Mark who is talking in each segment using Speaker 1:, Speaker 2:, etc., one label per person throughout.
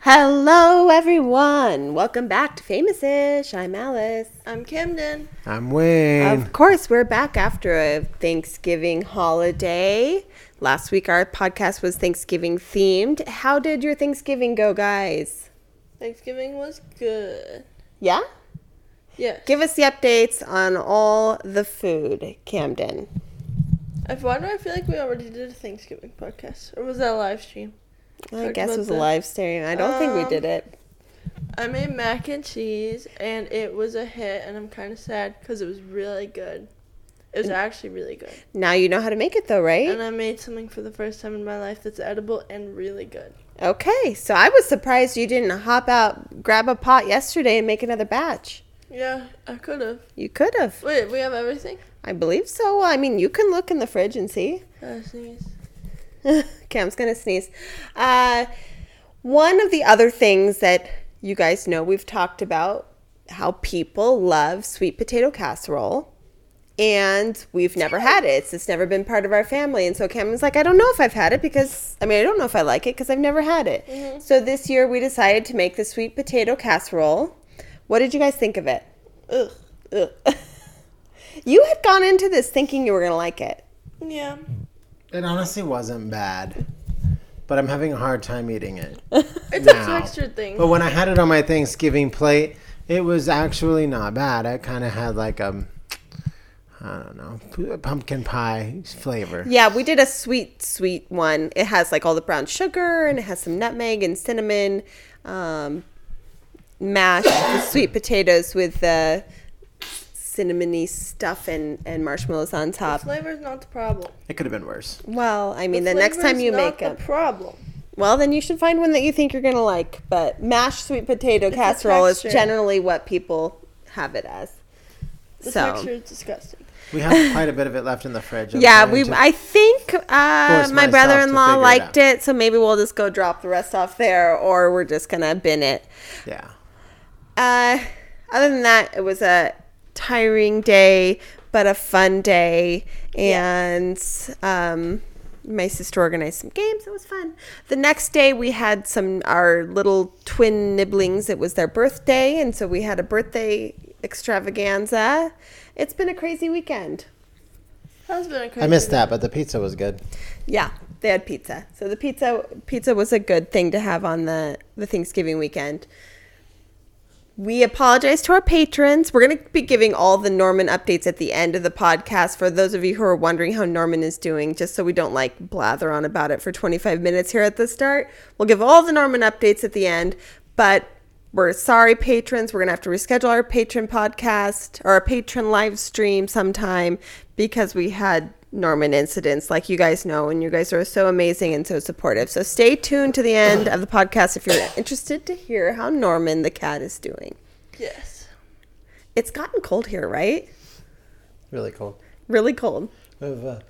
Speaker 1: Hello, everyone. Welcome back to Famous Ish. I'm Alice.
Speaker 2: I'm Camden.
Speaker 3: I'm Wayne.
Speaker 1: Of course, we're back after a Thanksgiving holiday. Last week, our podcast was Thanksgiving themed. How did your Thanksgiving go, guys?
Speaker 2: Thanksgiving was good.
Speaker 1: Yeah?
Speaker 2: Yeah.
Speaker 1: Give us the updates on all the food, Camden.
Speaker 2: I why do I feel like we already did a Thanksgiving podcast? Or was that a live stream?
Speaker 1: I
Speaker 2: Talked
Speaker 1: guess it
Speaker 2: about
Speaker 1: was a
Speaker 2: that.
Speaker 1: live stream. I don't think we
Speaker 2: Um,
Speaker 1: did it.
Speaker 2: I made mac and cheese and it was a hit and I'm kind of sad because it was really good. It was actually really good.
Speaker 1: Now you know how to make it, though, right?
Speaker 2: And I made something for the first time in my life that's edible and really good.
Speaker 1: Okay, so I was surprised you didn't hop out, grab a pot yesterday, and make another batch.
Speaker 2: Yeah, I could have.
Speaker 1: You could have.
Speaker 2: Wait, we have everything?
Speaker 1: I believe so. I mean, you can look in the fridge and see.
Speaker 2: Uh, sneeze.
Speaker 1: Cam's gonna sneeze. Uh, one of the other things that you guys know we've talked about how people love sweet potato casserole, and we've never had it. It's just never been part of our family. And so Cam was like, I don't know if I've had it because I mean, I don't know if I like it because I've never had it. So this year we decided to make the sweet potato casserole. What did you guys think of it?
Speaker 2: Ugh.
Speaker 1: Ugh. you had gone into this thinking you were gonna like it.
Speaker 2: Yeah.
Speaker 3: it honestly wasn't bad, but I'm having a hard time eating it.
Speaker 2: It's a
Speaker 3: Now.
Speaker 2: texture thing.
Speaker 3: but when I had it on my Thanksgiving plate, it was actually not bad. I kind of had like a, I don't know, p- pumpkin pie flavor.
Speaker 1: Yeah, we did a sweet, sweet one. It has like all the brown sugar and it has some nutmeg and cinnamon. Um, mashed the sweet potatoes with the cinnamony stuff and, and marshmallows on top.
Speaker 2: Flavor's not the problem.
Speaker 3: It could have been worse.
Speaker 1: Well, I mean, the, next time
Speaker 2: Flavor's
Speaker 1: you
Speaker 2: not
Speaker 1: make them,
Speaker 2: the problem.
Speaker 1: well, then you should find one that you think you're going to like. But mashed sweet potato
Speaker 2: the
Speaker 1: casserole is
Speaker 2: texture.
Speaker 1: generally what people have it as.
Speaker 2: The
Speaker 1: so.
Speaker 2: texture is disgusting.
Speaker 3: We have quite a bit of it left in the fridge. I'm
Speaker 1: Yeah,
Speaker 3: trying
Speaker 1: we.
Speaker 3: to-
Speaker 1: I think uh,
Speaker 3: force
Speaker 1: my
Speaker 3: myself to
Speaker 1: brother-in-law
Speaker 3: figure it
Speaker 1: liked
Speaker 3: out.
Speaker 1: it, so maybe we'll just go drop the rest off there, or we're just gonna bin it.
Speaker 3: yeah.
Speaker 1: Uh, other than that, it was a tiring day, but a fun day, and um, my sister organized some games. It was fun. The next day, we had some our little twin nibblings. It was their birthday, and so we had a birthday extravaganza. It's been a crazy weekend.
Speaker 2: That's been a crazy
Speaker 3: I missed that, but the pizza was good.
Speaker 1: Yeah, they had pizza. So the pizza pizza was a good thing to have on the the Thanksgiving weekend. We apologize to our patrons. We're going to be giving all the Norman updates at the end of the podcast for those of you who are wondering how Norman is doing, just so we don't like blather on about it for 25 minutes here at the start. We'll give all the Norman updates at the end, but we're sorry, patrons. We're going to have to reschedule our patron podcast or our patron live stream sometime because we had Norman incidents, like you guys know, and you guys are so amazing and so supportive. So stay tuned to the end of the podcast if you're interested to hear how Norman the cat is doing.
Speaker 2: Yes.
Speaker 1: It's gotten cold here, right?
Speaker 3: Really cool.
Speaker 1: Really cold.
Speaker 3: We have a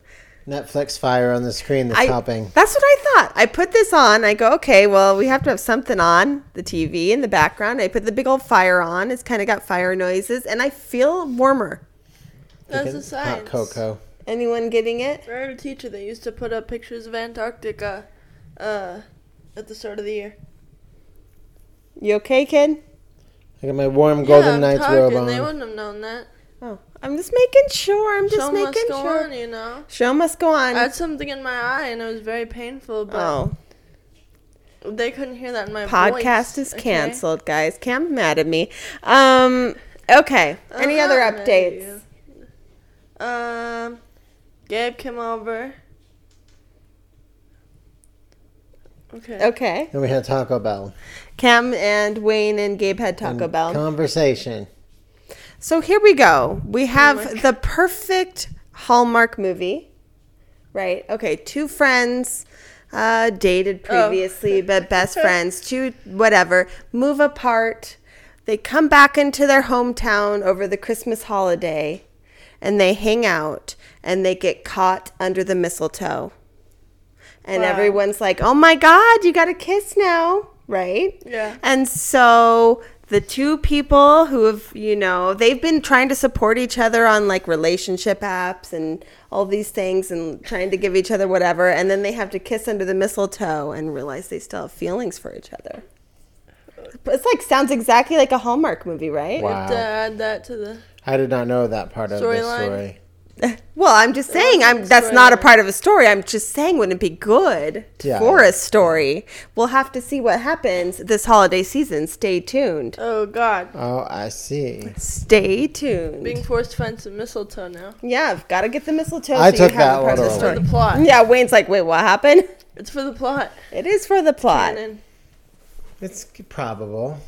Speaker 3: Netflix fire on the screen that's
Speaker 1: I,
Speaker 3: helping.
Speaker 1: That's what I thought. I put this on. I go, okay, well, we have to have something on the TV in the background. I put the big old fire on. It's kind of got fire noises, and I feel warmer.
Speaker 2: That's
Speaker 3: Chicken-
Speaker 2: a science.
Speaker 3: Hot cocoa.
Speaker 1: Anyone getting it?
Speaker 2: I had a teacher that used to put up pictures of Antarctica uh, at the start of the year.
Speaker 1: You okay, kid?
Speaker 3: I got my warm Golden
Speaker 2: I'm
Speaker 3: Knights
Speaker 2: talking,
Speaker 3: robe
Speaker 2: They
Speaker 3: on.
Speaker 2: wouldn't have known that.
Speaker 1: Oh, I'm just making sure. I'm just
Speaker 2: so much
Speaker 1: making
Speaker 2: go
Speaker 1: sure.
Speaker 2: on, you know.
Speaker 1: Show must go on.
Speaker 2: I had something in my eye and it was very painful, but
Speaker 1: oh.
Speaker 2: they couldn't hear that in my
Speaker 1: podcast
Speaker 2: voice,
Speaker 1: is
Speaker 2: okay?
Speaker 1: canceled, guys. Cam's mad at me. Um, okay. Any
Speaker 2: I'm
Speaker 1: other
Speaker 2: not Oh, mad at
Speaker 1: updates?
Speaker 2: you. Um, Gabe came over. Okay.
Speaker 1: Okay.
Speaker 3: And we had Taco Bell.
Speaker 1: Cam and Wayne and Gabe had Taco
Speaker 3: and
Speaker 1: Bell.
Speaker 3: Conversation.
Speaker 1: so here we go. We have
Speaker 2: my
Speaker 1: the perfect Hallmark movie, right? Okay. Two friends. Uh, dated
Speaker 2: Oh.
Speaker 1: previously, but best friends, two whatever, move apart. They come back into their hometown over the Christmas holiday and they hang out and they get caught under the mistletoe. And
Speaker 2: Wow.
Speaker 1: everyone's like, oh my God, you got to kiss now. Right?
Speaker 2: Yeah.
Speaker 1: And so the two people who have, you know, they've been trying to support each other on like relationship apps and all these things and trying to give each other whatever. And then they have to kiss under the mistletoe and realize they still have feelings for each other. It's like sounds exactly like a Hallmark movie, right?
Speaker 2: We have to add that to the.
Speaker 3: I did not know that part of the
Speaker 2: Storyline.
Speaker 3: story.
Speaker 1: Well, I'm just saying I'm
Speaker 2: a
Speaker 1: that's not a
Speaker 2: storyline.
Speaker 1: part of a story. I'm just saying wouldn't it be good
Speaker 3: Yeah.
Speaker 1: for a story? We'll have to see what happens this holiday season. Stay tuned.
Speaker 2: Oh God,
Speaker 3: Oh, I see.
Speaker 1: Stay tuned.
Speaker 2: being forced to find some mistletoe now.
Speaker 1: yeah, I've got to get the mistletoe.
Speaker 3: I took
Speaker 1: you have
Speaker 3: that
Speaker 1: a part
Speaker 3: one
Speaker 1: of the
Speaker 3: away.
Speaker 2: For
Speaker 1: story.
Speaker 2: the plot.
Speaker 1: Yeah, Wayne's like, wait, what happened?
Speaker 2: It's for the plot.
Speaker 1: It is for the plot.
Speaker 2: And then
Speaker 3: It's probable.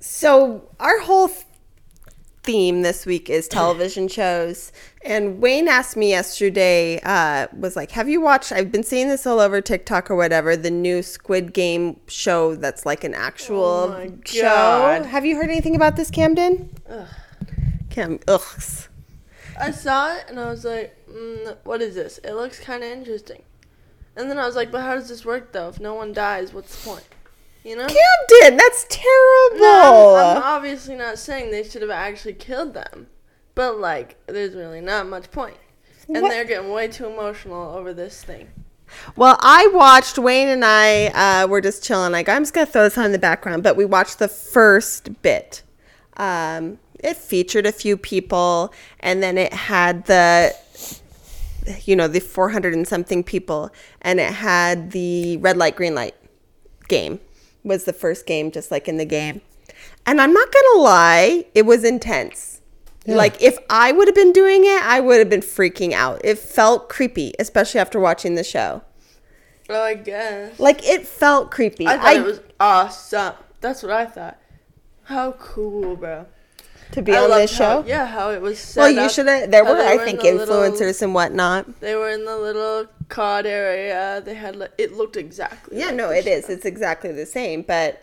Speaker 1: So our whole th- theme this week is television shows, and Wayne asked me yesterday, uh, was like, "Have you watched? I've been seeing this all over TikTok or whatever. The new Squid Game show that's like an actual
Speaker 2: Oh my
Speaker 1: show.
Speaker 2: God.
Speaker 1: Have you heard anything about this, Camden?
Speaker 2: Ugh.
Speaker 1: Cam, ugh.
Speaker 2: I saw it and I was like, mm, what is this? It looks kind of interesting. And then I was like, but how does this work though? If no one dies, what's the point? You know?
Speaker 1: Camden, that's terrible.
Speaker 2: No, I'm, I'm obviously not saying they should have actually killed them, but like, there's really not much point. And
Speaker 1: What-
Speaker 2: they're getting way too emotional over this thing.
Speaker 1: Well, I watched Wayne and I uh, were just chilling. Like I'm just gonna throw this on in the background, but we watched the first bit. Um, it featured a few people, and then it had the, you know, the 400 and something people, and it had the red light, green light game was the first game, just like in the game. And I'm not gonna lie, it was intense. Like if I would have been doing it, I would have been freaking out. It felt creepy, especially after watching the show.
Speaker 2: Oh, I guess.
Speaker 1: Like it felt creepy.
Speaker 2: I
Speaker 1: I,
Speaker 2: thought it was awesome. That's what I thought. How cool, bro.
Speaker 1: to be
Speaker 2: I
Speaker 1: on
Speaker 2: loved
Speaker 1: this
Speaker 2: how-
Speaker 1: show.
Speaker 2: yeah, how it was set
Speaker 1: well, you
Speaker 2: up,
Speaker 1: should have. There
Speaker 2: how
Speaker 1: were,
Speaker 2: they
Speaker 1: I
Speaker 2: in
Speaker 1: think,
Speaker 2: the little-
Speaker 1: influencers and whatnot.
Speaker 2: They were in the little cod area. They had like it looked exactly.
Speaker 1: Yeah,
Speaker 2: like
Speaker 1: no,
Speaker 2: the
Speaker 1: it is. It's exactly the same. But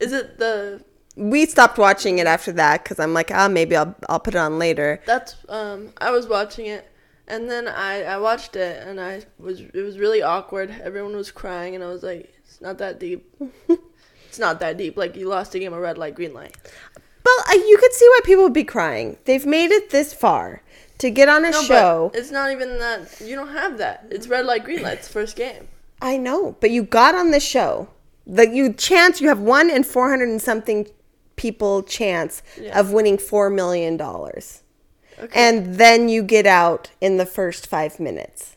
Speaker 2: sh- Is it the
Speaker 1: we stopped watching it after that because I'm like, ah, maybe I'll I'll put it on later.
Speaker 2: that's um? I was watching it, and then I I watched it, and I was it was really awkward. Everyone was crying, and I was like, it's not that deep. it's not that deep. Like you lost a game of red light, green light.
Speaker 1: But uh, you could see why people would be crying. They've made it this far to get on a
Speaker 2: No,
Speaker 1: show.
Speaker 2: but it's not even that. You don't have that. It's red light, green light. It's first game.
Speaker 1: I know, but you got on the show. The you chance you have one in four hundred and something people chance
Speaker 2: Yeah.
Speaker 1: of winning four million dollars.
Speaker 2: Okay.
Speaker 1: And then you get out in the first five minutes.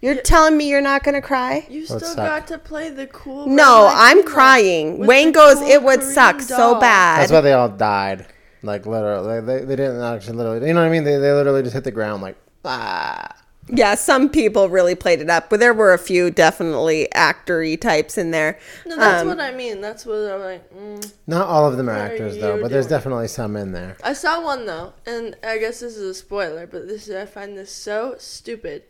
Speaker 1: You're telling me you're not gonna cry?
Speaker 2: You
Speaker 3: would
Speaker 2: still
Speaker 3: suck.
Speaker 2: got to play the cool.
Speaker 1: no,
Speaker 2: red light,
Speaker 1: I'm
Speaker 2: green light
Speaker 1: crying.
Speaker 2: with
Speaker 1: Wayne
Speaker 2: the
Speaker 1: goes,
Speaker 2: cool
Speaker 1: it would
Speaker 2: Korean
Speaker 1: suck so
Speaker 2: doll."
Speaker 1: bad.
Speaker 3: That's why they all died. Like literally, they, they didn't actually literally. You know what I mean? They they literally just hit the ground like ah.
Speaker 1: yeah, some people really played it up, but there were a few definitely actory types in there.
Speaker 2: No, that's
Speaker 1: Um,
Speaker 2: what I mean. That's what I'm like. Mm.
Speaker 3: Not all of them are
Speaker 2: What are
Speaker 3: actors though,
Speaker 2: you
Speaker 3: but there's
Speaker 2: doing?
Speaker 3: definitely some in there.
Speaker 2: I saw one though, and I guess this is a spoiler, but this is, I find this so stupid.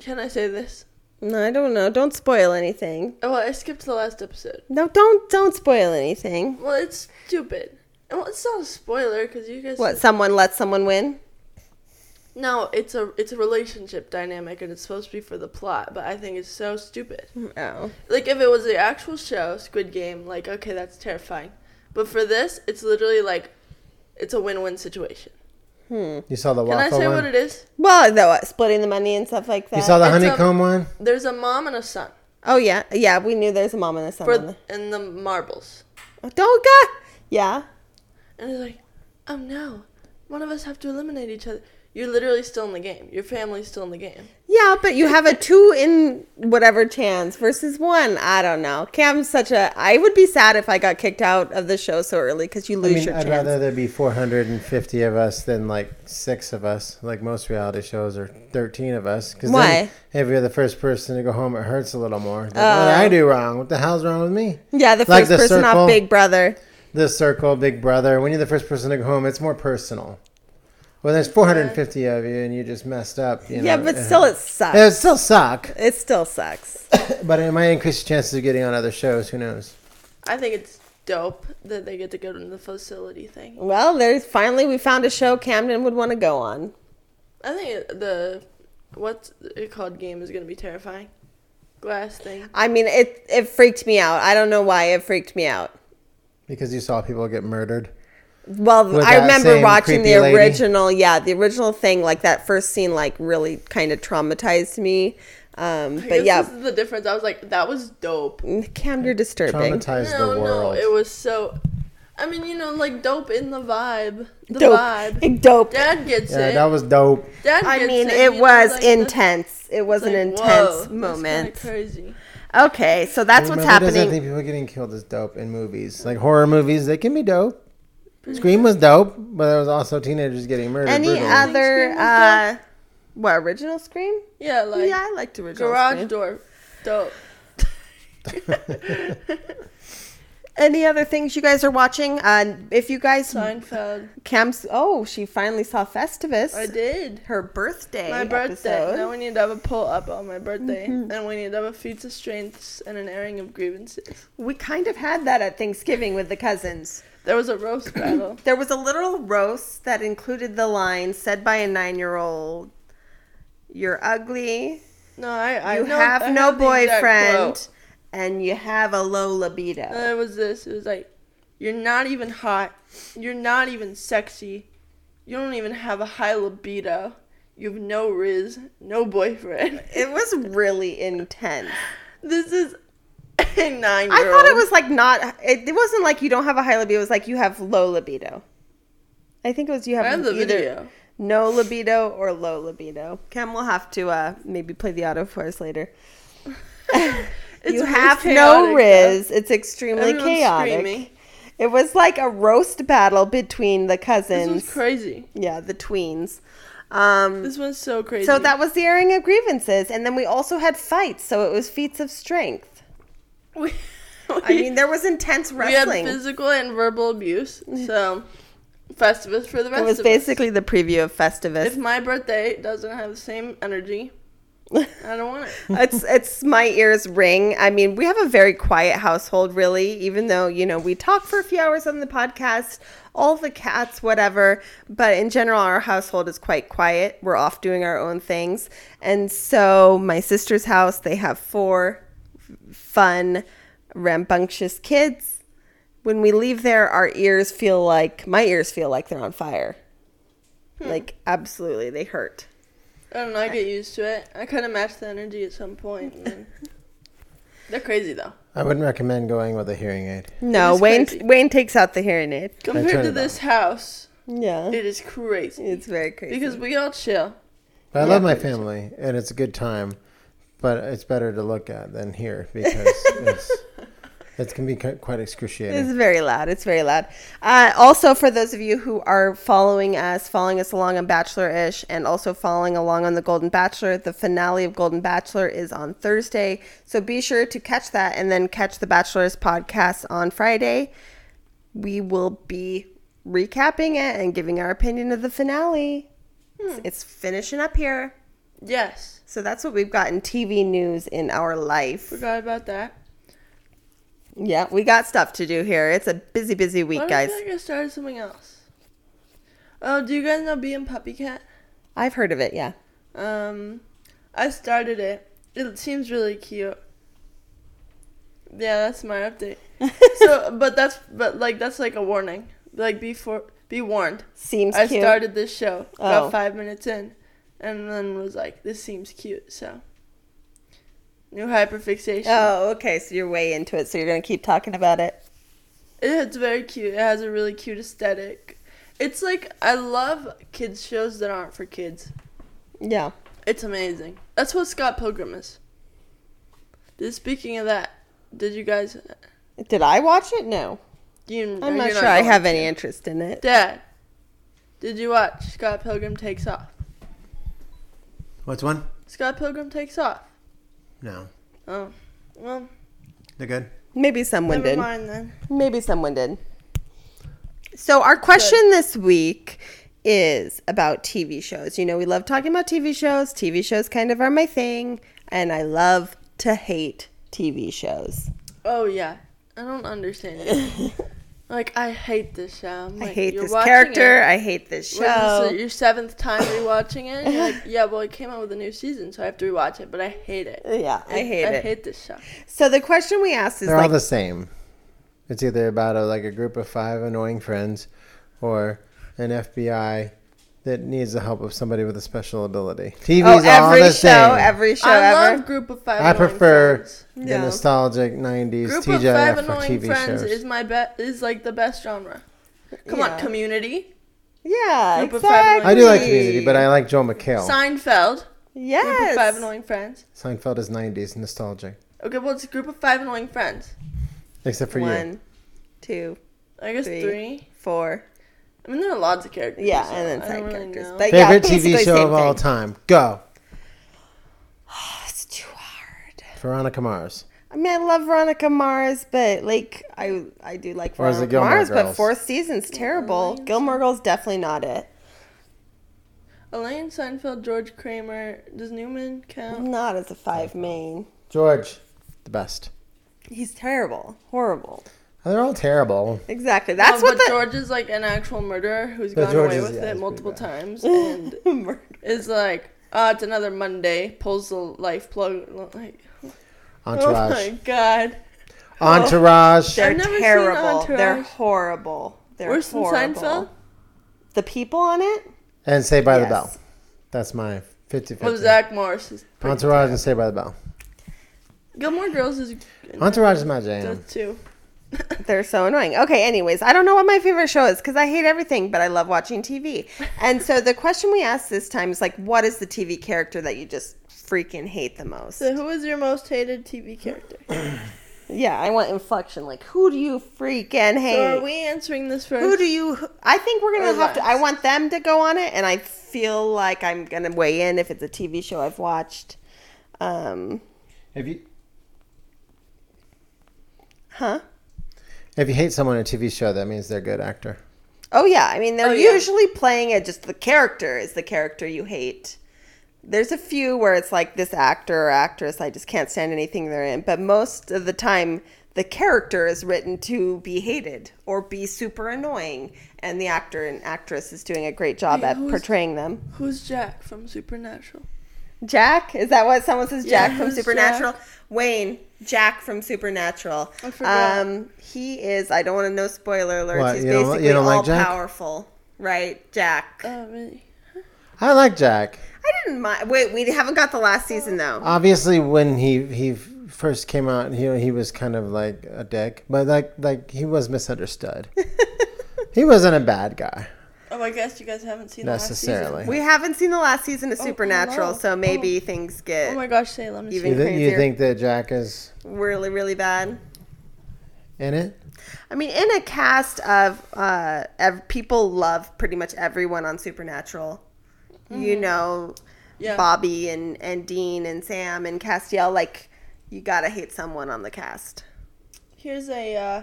Speaker 2: Can I say this?
Speaker 1: No, I don't know. Don't spoil anything.
Speaker 2: Oh, well, I skipped the last episode.
Speaker 1: No, don't don't spoil anything.
Speaker 2: Well, it's stupid. And, Well, it's not a spoiler because you guys.
Speaker 1: What? Someone let someone win?
Speaker 2: No, it's a it's a relationship dynamic, and it's supposed to be for the plot. But I think it's so stupid.
Speaker 1: Oh.
Speaker 2: Like if it was the actual show, Squid Game, like okay, that's terrifying. But for this, it's literally like, it's a win-win situation.
Speaker 3: You saw the
Speaker 2: Can I
Speaker 3: waffle
Speaker 2: say
Speaker 3: one.
Speaker 2: what it is?
Speaker 1: Well, the, what, splitting the money and stuff like that.
Speaker 3: you saw the
Speaker 2: It's a-
Speaker 3: honeycomb one.
Speaker 2: There's a mom and a son
Speaker 1: oh yeah, yeah. We knew there's a mom and a son.
Speaker 2: for
Speaker 1: on the-
Speaker 2: and the marbles.
Speaker 1: Oh, don't go. Yeah.
Speaker 2: And it's like, oh no, one of us have to eliminate each other. You're literally still in the game. Your family's still in the game.
Speaker 1: Yeah, but you have a two in whatever chance versus one. I don't know. Cam's such a. I would be sad if I got kicked out of the show so early because you
Speaker 3: I
Speaker 1: lose
Speaker 3: mean,
Speaker 1: your
Speaker 3: I'd
Speaker 1: chance.
Speaker 3: rather there be 450 of us than like six of us. Like most reality shows are 13 of us. Cause
Speaker 1: Why?
Speaker 3: Then, if you're the first person to go home, it hurts a little more. Like, what
Speaker 2: Oh.
Speaker 3: did I do wrong? What the hell's wrong with me?
Speaker 1: yeah, the
Speaker 3: Like
Speaker 1: first
Speaker 3: the
Speaker 1: person
Speaker 3: circle.
Speaker 1: off Big Brother.
Speaker 3: The circle, Big Brother. When you're the first person to go home, it's more personal. When there's 450 of you and you just messed up, you
Speaker 1: yeah,
Speaker 3: know,
Speaker 1: but
Speaker 3: it
Speaker 1: still, it
Speaker 3: hurts.
Speaker 1: sucks.
Speaker 3: It would still suck,
Speaker 1: it still sucks.
Speaker 3: but it might increase your chances of getting on other shows. Who knows?
Speaker 2: I think it's dope that they get to go to the facility thing.
Speaker 1: well, there's finally we found a show Camden would want to go on.
Speaker 2: I think it- the what's it called game is gonna be terrifying. Glass thing.
Speaker 1: I mean, it it freaked me out. I don't know why it freaked me out.
Speaker 3: Because you saw people get murdered.
Speaker 1: Well,
Speaker 3: With
Speaker 1: I
Speaker 3: that
Speaker 1: remember
Speaker 3: same
Speaker 1: watching the
Speaker 3: creepy lady?
Speaker 1: original. Yeah, the original thing, like that first scene, like really kind of traumatized me. Um,
Speaker 2: I
Speaker 1: but
Speaker 2: guess
Speaker 1: yeah,
Speaker 2: this is the difference. I was like, that was dope.
Speaker 1: Cam, you're disturbing.
Speaker 3: Traumatize
Speaker 2: no,
Speaker 3: the world.
Speaker 2: no, it was so. I mean, you know, like dope in the vibe, the
Speaker 1: dope.
Speaker 2: vibe.
Speaker 1: Dope.
Speaker 2: Dad gets
Speaker 3: yeah,
Speaker 2: it.
Speaker 3: that was dope.
Speaker 2: Dad gets
Speaker 1: I mean,
Speaker 2: it,
Speaker 1: it
Speaker 2: you know,
Speaker 1: was
Speaker 2: like, that's-
Speaker 1: intense. It was an
Speaker 2: like,
Speaker 1: intense
Speaker 2: whoa, that's
Speaker 1: moment.
Speaker 2: kinda crazy.
Speaker 1: Okay, so that's what's
Speaker 3: Remember, doesn't
Speaker 1: happening.
Speaker 3: think people getting killed is dope in movies. Like horror movies, they can be dope. Scream was dope, but there was also teenagers getting murdered.
Speaker 1: Any
Speaker 3: brutally.
Speaker 1: other
Speaker 2: Scream was
Speaker 1: uh what original scream?
Speaker 2: Yeah, like
Speaker 1: yeah, I liked original
Speaker 2: garage
Speaker 1: scream.
Speaker 2: door, dope.
Speaker 1: Any other things you guys are watching? Uh, if you guys
Speaker 2: Seinfeld.
Speaker 1: Cam's oh, she finally saw Festivus.
Speaker 2: I did.
Speaker 1: Her birthday.
Speaker 2: My birthday.
Speaker 1: episode. Mm-hmm.
Speaker 2: Now we need to have a pull up on my birthday, and we need to have a feats of strengths and an airing of grievances.
Speaker 1: we kind of had that at Thanksgiving with the cousins.
Speaker 2: There was a roast battle.
Speaker 1: There was a literal roast that included the line said by a nine-year-old, "You're ugly.
Speaker 2: No, I. I
Speaker 1: you
Speaker 2: know-
Speaker 1: have
Speaker 2: I
Speaker 1: no
Speaker 2: the exact
Speaker 1: boyfriend,
Speaker 2: quote.
Speaker 1: and you have a low libido."
Speaker 2: Uh, it was this. It was like, you're not even hot. You're not even sexy. You don't even have a high libido. You have no riz, no boyfriend.
Speaker 1: it was really intense.
Speaker 2: This is a nine year old.
Speaker 1: I thought it was like not. It, it wasn't like you don't have a high libido. It was like you have low libido. I think it was you have
Speaker 2: I have the
Speaker 1: either
Speaker 2: video.
Speaker 1: no libido or low libido. Cam will have to uh, maybe play the auto for us later.
Speaker 2: It's
Speaker 1: you
Speaker 2: really
Speaker 1: have
Speaker 2: chaotic,
Speaker 1: no
Speaker 2: though.
Speaker 1: riz. It's extremely
Speaker 2: Everyone's
Speaker 1: chaotic.
Speaker 2: screaming.
Speaker 1: It was like a roast battle between the
Speaker 2: This
Speaker 1: cousins.
Speaker 2: was crazy.
Speaker 1: yeah, the tweens. Um,
Speaker 2: This was so crazy.
Speaker 1: so that was the airing of grievances, and then we also had fights. So it was feats of strength.
Speaker 2: we,
Speaker 1: I mean, there was intense
Speaker 2: we had
Speaker 1: wrestling.
Speaker 2: physical and verbal abuse. So Festivus for the rest.
Speaker 1: It was
Speaker 2: of
Speaker 1: basically the preview of
Speaker 2: Us. If
Speaker 1: Festivus.
Speaker 2: my birthday doesn't have the same energy, I don't want it.
Speaker 1: it's it's my ears ring. I mean, we have a very quiet household, really. Even though you know we talk for a few hours on the podcast, all the cats, whatever. But in general, our household is quite quiet. We're off doing our own things, and so my sister's house they have four f- fun, rambunctious kids. When we leave there, our ears feel like my ears feel like they're on fire.
Speaker 2: Hmm.
Speaker 1: Like absolutely, they hurt.
Speaker 2: I don't know. I get used to it. I kind of match the energy at some point. and then- They're crazy though.
Speaker 3: I wouldn't recommend going with a hearing aid.
Speaker 1: No,
Speaker 2: is
Speaker 1: Wayne
Speaker 2: crazy.
Speaker 1: Wayne takes out the hearing aid.
Speaker 2: Compared
Speaker 3: turn
Speaker 2: to
Speaker 3: it
Speaker 2: this house,
Speaker 1: Yeah.
Speaker 2: it is crazy
Speaker 1: It's very crazy.
Speaker 2: because we all chill.
Speaker 3: But I love my family, and it's a good time. But it's better to look at than hear because it's, it can be cu- quite excruciating.
Speaker 1: it's very loud. It's very loud. Uh, also, for those of you who are following us, following us along on Bachelor ish, and also following along on The Golden Bachelor, the finale of Golden Bachelor is on Thursday. So be sure to catch that and then catch The Bachelor's podcast on Friday. We will be recapping it and giving our opinion of the finale. It's- It's finishing up here.
Speaker 2: Yes,
Speaker 1: So that's what we've got in TV news in our life.
Speaker 2: forgot about that.
Speaker 1: Yeah, we got stuff to do here. It's a busy, busy
Speaker 2: Why
Speaker 1: week,
Speaker 2: don't
Speaker 1: guys.
Speaker 2: I feel like I started something else. Oh, do you guys know being puppy cat?
Speaker 1: I've heard of it, yeah.
Speaker 2: Um, I started it. It seems really cute. Yeah, that's my update. so, but that's but like that's like a warning. Like before, be warned.
Speaker 1: Seems
Speaker 2: I
Speaker 1: cute.
Speaker 2: started this show
Speaker 1: Oh.
Speaker 2: about five minutes in, and then was like, "This seems cute." So, new hyperfixation.
Speaker 1: Oh, okay. So you're way into it. So you're going to keep talking about it.
Speaker 2: It's very cute. It has a really cute aesthetic. It's like I love kids shows that aren't for kids.
Speaker 1: Yeah.
Speaker 2: It's amazing. That's what Scott Pilgrim is. Did- Speaking of that, did you guys?
Speaker 1: Did I watch it? No.
Speaker 2: You,
Speaker 1: I'm
Speaker 2: you're
Speaker 1: not sure I
Speaker 2: going
Speaker 1: have
Speaker 2: to.
Speaker 1: any interest in it.
Speaker 2: Dad, did you watch Scott Pilgrim Takes Off?
Speaker 3: What's one?
Speaker 2: Scott Pilgrim Takes Off.
Speaker 3: No,
Speaker 2: Oh, well,
Speaker 3: they're good.
Speaker 1: Maybe someone
Speaker 2: never
Speaker 1: did.
Speaker 2: mind then.
Speaker 1: Maybe someone did. So our question this week is about TV shows. You know, we love talking about TV shows. TV shows kind of are my thing, and I love to hate TV shows.
Speaker 2: Oh yeah, I don't understand it. like I hate this show. I'm
Speaker 1: I
Speaker 2: like,
Speaker 1: hate
Speaker 2: you're
Speaker 1: this
Speaker 2: watching
Speaker 1: character.
Speaker 2: It.
Speaker 1: I hate this show.
Speaker 2: What is this, your seventh time rewatching it? You're like, yeah, well, it came out with a new season, so I have to rewatch it. But I hate it.
Speaker 1: Yeah, I hate
Speaker 2: I
Speaker 1: it.
Speaker 2: hate this show.
Speaker 1: so the question we asked is
Speaker 3: They're all
Speaker 1: like,
Speaker 3: the same. It's either about a, like a group of five annoying friends, or an FBI that needs the help of somebody with a special ability. TV's
Speaker 1: Oh,
Speaker 3: all
Speaker 1: every
Speaker 3: the
Speaker 1: show,
Speaker 3: same.
Speaker 1: every show
Speaker 2: I
Speaker 1: ever.
Speaker 2: love Group of Five.
Speaker 3: I
Speaker 2: Annoying
Speaker 3: prefer
Speaker 2: Friends.
Speaker 3: the
Speaker 1: Yeah.
Speaker 3: nostalgic '90s
Speaker 2: Group of Five
Speaker 3: TGIF for
Speaker 2: Annoying
Speaker 3: TV
Speaker 2: Friends
Speaker 3: shows.
Speaker 2: is my bet is like the best genre. Come
Speaker 1: Yeah.
Speaker 2: on, Community,
Speaker 1: yeah,
Speaker 2: Group of Five
Speaker 1: exactly.
Speaker 2: Annoying
Speaker 3: I do like Community, but I like Joe McHale.
Speaker 2: Seinfeld,
Speaker 1: yes.
Speaker 2: Group of Five Annoying Friends.
Speaker 3: Seinfeld is '90s nostalgic,
Speaker 2: Okay, well it's Group of Five Annoying Friends.
Speaker 3: except for you.
Speaker 1: One, two,
Speaker 2: I guess
Speaker 1: Three.
Speaker 2: three.
Speaker 1: four.
Speaker 2: I mean, there are lots of characters.
Speaker 1: Yeah,
Speaker 2: so
Speaker 1: and then
Speaker 2: I
Speaker 1: side
Speaker 2: don't really
Speaker 1: characters.
Speaker 2: know.
Speaker 1: But yeah,
Speaker 3: Favorite TV
Speaker 1: basically
Speaker 3: show
Speaker 1: same
Speaker 3: of all
Speaker 1: thing.
Speaker 3: time? Go,
Speaker 1: Oh, It's too hard.
Speaker 3: Veronica Mars.
Speaker 1: I mean, I love Veronica Mars, but like, I I do like
Speaker 3: Or is
Speaker 1: Veronica
Speaker 3: it Gilmore
Speaker 1: Mars, but
Speaker 3: Girls?
Speaker 1: fourth season's terrible. Gilmore Girls definitely not it.
Speaker 2: Elaine Seinfeld, George Kramer, does Newman count?
Speaker 1: Not as a five main.
Speaker 3: George, the best.
Speaker 1: He's terrible, horrible.
Speaker 3: They're all terrible.
Speaker 1: Exactly. That's
Speaker 2: No,
Speaker 1: what
Speaker 2: Oh, but
Speaker 1: the
Speaker 2: George is like an actual murderer who's
Speaker 3: But
Speaker 2: gone
Speaker 3: George
Speaker 2: away
Speaker 3: is-
Speaker 2: with
Speaker 3: yeah,
Speaker 2: it
Speaker 3: he's
Speaker 2: multiple
Speaker 3: pretty
Speaker 2: times and
Speaker 1: murder.
Speaker 2: is like, ah, it's another Monday. Pulls the life plug. Like, oh
Speaker 3: Entourage.
Speaker 2: my god,
Speaker 3: Entourage.
Speaker 1: They're
Speaker 2: I've never seen
Speaker 1: terrible.
Speaker 2: Entourage.
Speaker 1: They're horrible. They're
Speaker 2: Worse than
Speaker 1: horrible.
Speaker 2: Seinfeld?
Speaker 1: The people on it?
Speaker 3: And Saved by the
Speaker 1: Yes.
Speaker 3: Bell. That's my 50 50.
Speaker 2: Well, Zach Morris is pretty
Speaker 3: Entourage and Saved by the Bell.
Speaker 2: Gilmore Girls is
Speaker 3: Entourage is my jam.
Speaker 2: does too.
Speaker 1: They're so annoying. Okay, anyways, I don't know what my favorite show is because I hate everything, but I love watching TV. And so the question we asked this time is like, what is the TV character that you just freaking hate the most?
Speaker 2: So, who is your most hated TV character?
Speaker 1: Yeah, I want inflection. Like, who do you freaking
Speaker 2: So
Speaker 1: hate?
Speaker 2: are we answering this first?
Speaker 1: who do you? I think we're gonna
Speaker 2: Or
Speaker 1: have to. I
Speaker 2: less.
Speaker 1: want them to go on it, and I feel like I'm gonna weigh in if it's a TV show I've watched. Um,
Speaker 3: If you,
Speaker 1: huh?
Speaker 3: if you hate someone in a TV show, that means they're a good actor.
Speaker 1: Oh yeah, I mean they're
Speaker 2: Oh, yeah.
Speaker 1: usually playing it just the character is the character you hate. There's a few where it's like this actor or actress I just can't stand anything they're in, but most of the time the character is written to be hated or be super annoying and the actor and actress is doing a great job
Speaker 2: Wait,
Speaker 1: at
Speaker 2: who's-
Speaker 1: portraying them.
Speaker 2: Who's Jack from Supernatural?
Speaker 1: Jack, is that what someone says Jack
Speaker 2: Yeah,
Speaker 1: from
Speaker 2: who's
Speaker 1: Supernatural? Wayne, Jack from Supernatural.
Speaker 2: I forgot.
Speaker 1: Um he is I don't want to know spoiler alerts.
Speaker 3: What,
Speaker 1: He's
Speaker 3: you don't- you
Speaker 1: basically
Speaker 3: don't like
Speaker 1: all
Speaker 3: Jack?
Speaker 1: powerful. Right, Jack.
Speaker 2: Oh, really?
Speaker 3: I like Jack.
Speaker 1: I didn't mind. Wait, we haven't got the last season
Speaker 2: Uh,
Speaker 1: though.
Speaker 3: Obviously, when he he f- first came out, he he was kind of like a dick, but like like he was misunderstood. he wasn't a bad guy
Speaker 2: Oh, I guess you guys haven't seen
Speaker 3: necessarily.
Speaker 2: The last
Speaker 1: We haven't seen the last season of Supernatural,
Speaker 2: Oh, hello.
Speaker 1: so maybe things
Speaker 2: season.
Speaker 1: get
Speaker 2: Oh my gosh, Salem. Is
Speaker 1: Even-
Speaker 3: you, thi- you
Speaker 1: crazier.
Speaker 3: think that Jack is
Speaker 1: really, really bad.
Speaker 3: in it?
Speaker 1: I mean, in a cast of uh, ev- people love pretty much everyone on Supernatural. You know,
Speaker 2: Mm-hmm. Yeah.
Speaker 1: Bobby and and Dean and Sam and Castiel. Like, you gotta hate someone on the cast.
Speaker 2: Here's a uh,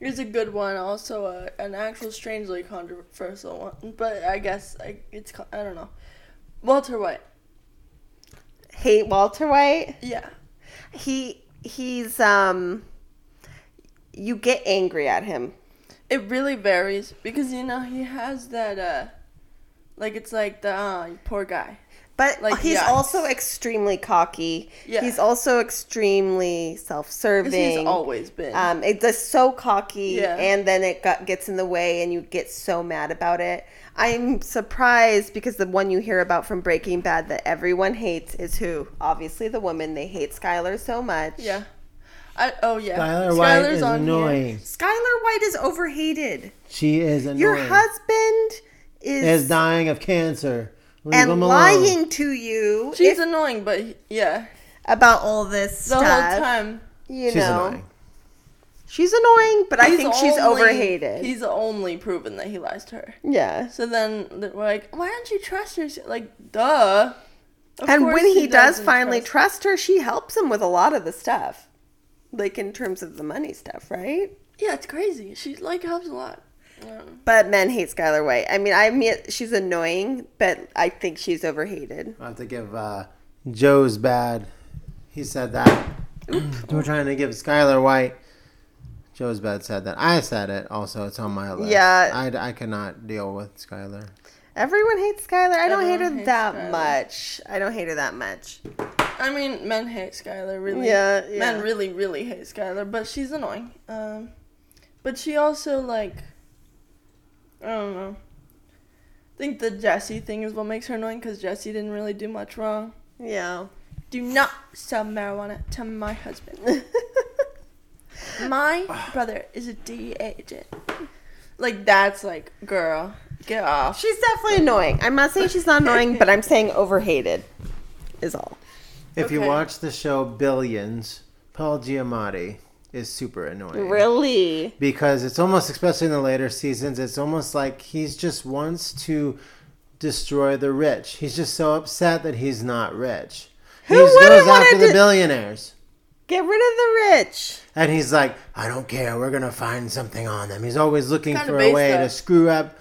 Speaker 2: here's a good one. Also, uh, an actual strangely controversial one, but I guess I, it's co- I don't know. Walter White.
Speaker 1: Hate Walter White.
Speaker 2: Yeah.
Speaker 1: He he's um. You get angry at him.
Speaker 2: It really varies because you know he has that uh, like it's like the uh, poor guy.
Speaker 1: But
Speaker 2: Like,
Speaker 1: he's
Speaker 2: yeah.
Speaker 1: also extremely cocky.
Speaker 2: Yeah.
Speaker 1: He's also extremely
Speaker 2: 'Cause
Speaker 1: self-serving.
Speaker 2: He's always been.
Speaker 1: um, it's just so cocky,
Speaker 2: Yeah.
Speaker 1: and then it got, gets in the way, and you get so mad about it. I'm surprised because the one you hear about from Breaking Bad that everyone hates is who? Obviously, the woman. They hate Skylar so much.
Speaker 2: yeah. I oh yeah.
Speaker 3: Skylar White is
Speaker 2: on here.
Speaker 3: annoying.
Speaker 1: Skylar White is overhated.
Speaker 3: She is annoying.
Speaker 1: Your husband is,
Speaker 3: is dying of cancer. Leave
Speaker 1: and
Speaker 3: him alone.
Speaker 1: lying to you if-
Speaker 2: She's annoying, but he- yeah,
Speaker 1: about all this
Speaker 2: the
Speaker 1: stuff.
Speaker 2: whole time
Speaker 1: You
Speaker 3: She's
Speaker 1: know.
Speaker 3: annoying.
Speaker 1: She's annoying, but I
Speaker 2: he's
Speaker 1: think she's
Speaker 2: only-
Speaker 1: overhated.
Speaker 2: He's only proven that he lies to her.
Speaker 1: yeah.
Speaker 2: So then they're like, why don't you trust yourself? Like, duh. Of
Speaker 1: And
Speaker 2: course
Speaker 1: when he, does
Speaker 2: doesn't
Speaker 1: finally
Speaker 2: trust-
Speaker 1: trust her, she helps him with a lot of the stuff. Like in terms of the money stuff, right?
Speaker 2: yeah, it's crazy. She like helps a lot. Um,
Speaker 1: But men hate Skylar White. I mean, I mean, she's annoying, but I think she's overhated.
Speaker 3: I have to give uh, Joe's bad. He said that. We're trying to give Skylar White. Joe's bad said that. I said it also. It's on my list.
Speaker 1: Yeah.
Speaker 3: I, I cannot deal with Skylar.
Speaker 1: Everyone hates Skylar. I don't hate
Speaker 2: Everyone
Speaker 1: her
Speaker 2: hates
Speaker 1: that
Speaker 2: Skylar.
Speaker 1: much. I don't hate her that much.
Speaker 2: I mean, men hate Skylar really.
Speaker 1: Yeah, yeah.
Speaker 2: Men really, really hate Skylar, but she's annoying. Um, but she also like, I don't know. think the Jesse thing is what makes her annoying because Jesse didn't really do much wrong.
Speaker 1: Yeah.
Speaker 2: Do not sell marijuana to my husband. my brother is a DEA agent. Like that's like, girl, get off.
Speaker 1: She's definitely annoying. I'm not saying she's not annoying, but I'm saying overhated is all.
Speaker 3: If you
Speaker 2: Okay.
Speaker 3: watch the show Billions, Paul Giamatti is super annoying.
Speaker 1: Really?
Speaker 3: Because it's almost, especially in the later seasons, it's almost like he's just wants to destroy the rich. He's just so upset that he's not rich. Who he just
Speaker 1: wouldn't
Speaker 3: goes after
Speaker 1: wanna
Speaker 3: the
Speaker 1: do-
Speaker 3: billionaires.
Speaker 1: Get rid of the rich.
Speaker 3: And he's like, I don't care. We're going to find something on them. He's always looking
Speaker 2: Kinda
Speaker 3: for a
Speaker 2: based
Speaker 3: way
Speaker 2: up.
Speaker 3: to screw up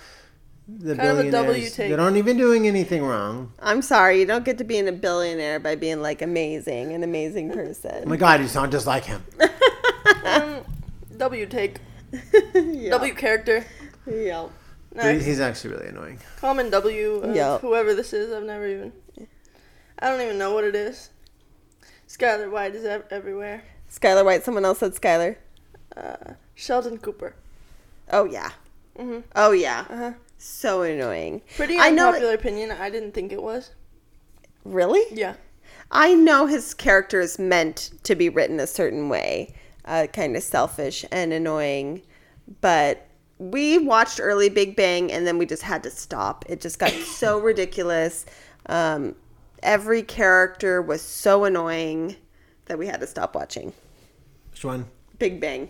Speaker 3: the
Speaker 2: Kind of a
Speaker 3: billionaires.
Speaker 2: double you take.
Speaker 3: They aren't even doing anything wrong.
Speaker 1: I'm sorry, you don't get to be a billionaire by being like amazing, an amazing
Speaker 3: Oh
Speaker 1: person.
Speaker 3: my God, you sound just like him.
Speaker 2: Mm, W take.
Speaker 1: yeah.
Speaker 2: W character.
Speaker 1: Yeah.
Speaker 3: He-
Speaker 2: Nice.
Speaker 3: He's actually really annoying.
Speaker 2: Common W of
Speaker 1: Yep.
Speaker 2: whoever this is. I've never even. I don't even know what it is. Skylar White is ev- everywhere.
Speaker 1: Skylar White. Someone else said Skylar.
Speaker 2: Uh, Sheldon Cooper.
Speaker 1: Oh yeah.
Speaker 2: Mhm.
Speaker 1: Oh yeah.
Speaker 2: Uh-huh.
Speaker 1: So annoying.
Speaker 2: Pretty
Speaker 1: I know.
Speaker 2: unpopular opinion. I didn't think it was.
Speaker 1: Really?
Speaker 2: Yeah.
Speaker 1: I know his character is meant to be written a certain way, uh, kind of selfish and annoying, but we watched early Big Bang and then we just had to stop. It just got so ridiculous. Um, every character was so annoying that we had to stop watching
Speaker 3: Which one?
Speaker 1: Big Bang.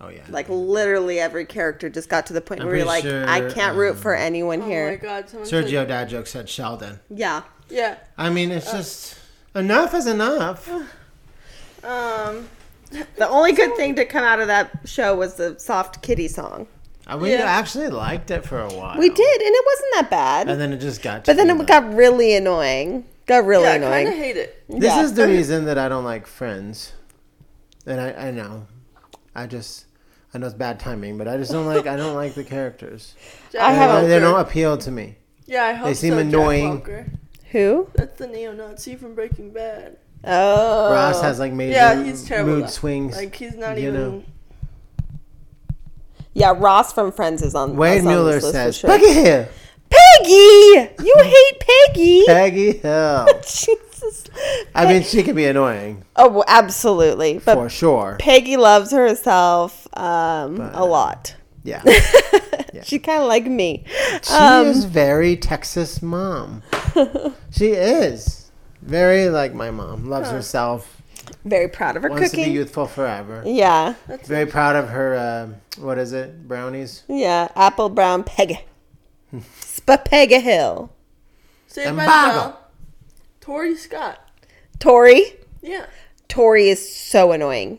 Speaker 3: Oh, yeah.
Speaker 1: Like literally every character just got to the point
Speaker 3: I'm
Speaker 1: where you're like,
Speaker 3: pretty
Speaker 1: I
Speaker 3: sure, um,
Speaker 1: can't root for anyone
Speaker 2: Oh my
Speaker 1: here.
Speaker 2: God. Someone
Speaker 3: Sergio
Speaker 2: Said,
Speaker 3: Dad joke said Sheldon.
Speaker 1: Yeah.
Speaker 2: yeah.
Speaker 3: I mean, it's just enough is enough.
Speaker 2: Um.
Speaker 1: The only good thing to come out of that show was the soft kitty song.
Speaker 3: Uh, We
Speaker 2: Yeah.
Speaker 3: actually liked it for a while.
Speaker 1: We did, and it wasn't that bad.
Speaker 3: and then it just got. to
Speaker 1: but then
Speaker 3: be
Speaker 1: it
Speaker 3: like-
Speaker 1: got really annoying. Got really
Speaker 2: Yeah. I
Speaker 1: annoying.
Speaker 2: kind of hate it.
Speaker 3: This
Speaker 1: yeah.
Speaker 3: is the reason that I don't like Friends, and I, I know, I just I know it's bad timing, but I just don't like I don't like the characters.
Speaker 2: Jack
Speaker 1: I
Speaker 3: They-
Speaker 1: haven't-
Speaker 3: They
Speaker 2: Walker.
Speaker 3: don't appeal to me.
Speaker 2: Yeah, I hope
Speaker 3: seem
Speaker 2: so, Jack
Speaker 3: annoying.
Speaker 2: Walker.
Speaker 1: Who?
Speaker 2: That's the neo-Nazi from Breaking Bad.
Speaker 1: Oh,
Speaker 3: Ross has like major
Speaker 2: yeah, he's terrible.
Speaker 3: mood
Speaker 2: though.
Speaker 3: swings.
Speaker 2: Like he's not
Speaker 3: you
Speaker 2: even.
Speaker 3: know.
Speaker 1: yeah. Ross from Friends is on.
Speaker 3: Wade
Speaker 1: is on
Speaker 3: Mueller
Speaker 1: this list for
Speaker 3: says,
Speaker 1: sure.
Speaker 3: "Peggy Hill,
Speaker 1: Peggy, you hate Peggy.
Speaker 3: Peggy Hill."
Speaker 1: Jesus.
Speaker 3: I mean, she can be annoying
Speaker 1: oh, well, absolutely. But
Speaker 3: for sure.
Speaker 1: Peggy loves herself um, a
Speaker 3: But-
Speaker 1: lot.
Speaker 3: Yeah,
Speaker 1: She's kind of like me. Um,
Speaker 3: she is very Texas mom. she is very like my mom. Loves herself.
Speaker 1: Very proud of her
Speaker 3: Wants to be
Speaker 1: cooking.
Speaker 3: youthful forever.
Speaker 1: yeah,
Speaker 3: Very proud of her. Uh, what is it? Brownies.
Speaker 1: yeah. Apple brown Peggy. Spapega Hill.
Speaker 2: Saved by the
Speaker 3: Embargo.
Speaker 2: Bell. Tori Scott.
Speaker 1: Tori.
Speaker 2: Yeah,
Speaker 1: Tori is so annoying.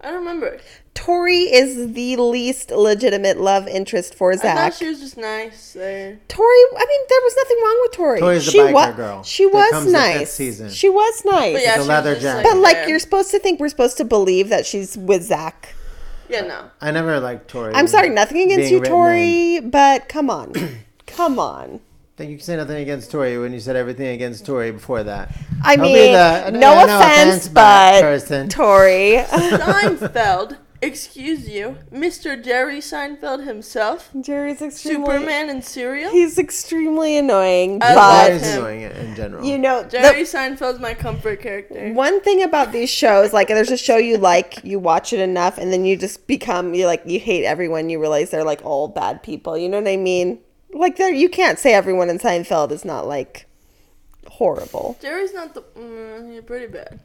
Speaker 2: I remember.
Speaker 1: Tori is the least legitimate love interest for
Speaker 2: I
Speaker 1: Zach.
Speaker 2: thought she was just nice there.
Speaker 1: Tori, I mean, there was nothing wrong with Tori.
Speaker 3: Tori's the
Speaker 1: she
Speaker 3: biker
Speaker 1: wa-
Speaker 3: girl
Speaker 1: She
Speaker 3: that
Speaker 1: was
Speaker 3: comes the fifth
Speaker 1: nice.
Speaker 3: season.
Speaker 1: She was nice.
Speaker 2: But
Speaker 1: But,
Speaker 2: yeah,
Speaker 3: a
Speaker 2: she
Speaker 3: leather
Speaker 2: was just,
Speaker 3: jacket.
Speaker 2: Like,
Speaker 1: like,
Speaker 2: there.
Speaker 1: you're supposed to think we're supposed to believe that she's with Zach.
Speaker 2: Yeah, no.
Speaker 3: I never liked Tori.
Speaker 1: I'm sorry, nothing against
Speaker 3: being
Speaker 1: you,
Speaker 3: written
Speaker 1: Tori, but come on, come on.
Speaker 3: in. Think you can say nothing against Tori when you said everything against Tori before that.
Speaker 1: I
Speaker 3: I'll be
Speaker 1: mean,
Speaker 3: the-
Speaker 1: no,
Speaker 3: no
Speaker 1: offense,
Speaker 3: offense, but
Speaker 1: but
Speaker 3: person.
Speaker 1: Tori,
Speaker 2: Seinfeld. Excuse you, Mr. Jerry Seinfeld himself.
Speaker 1: Jerry's extremely.
Speaker 2: Superman and Serial.
Speaker 1: He's extremely annoying,
Speaker 2: I
Speaker 1: but
Speaker 3: Why
Speaker 2: love
Speaker 3: is
Speaker 2: him.
Speaker 3: annoying in general?
Speaker 1: you know, the-
Speaker 2: Jerry Seinfeld's my comfort character.
Speaker 1: One thing about these shows, like there's a show you like, you watch it enough, and then you just become you like you hate everyone. You realize they're like all bad people. You know what I mean? Like there, you can't say everyone in Seinfeld is not like horrible.
Speaker 2: Jerry's not the. Mm, you're pretty bad.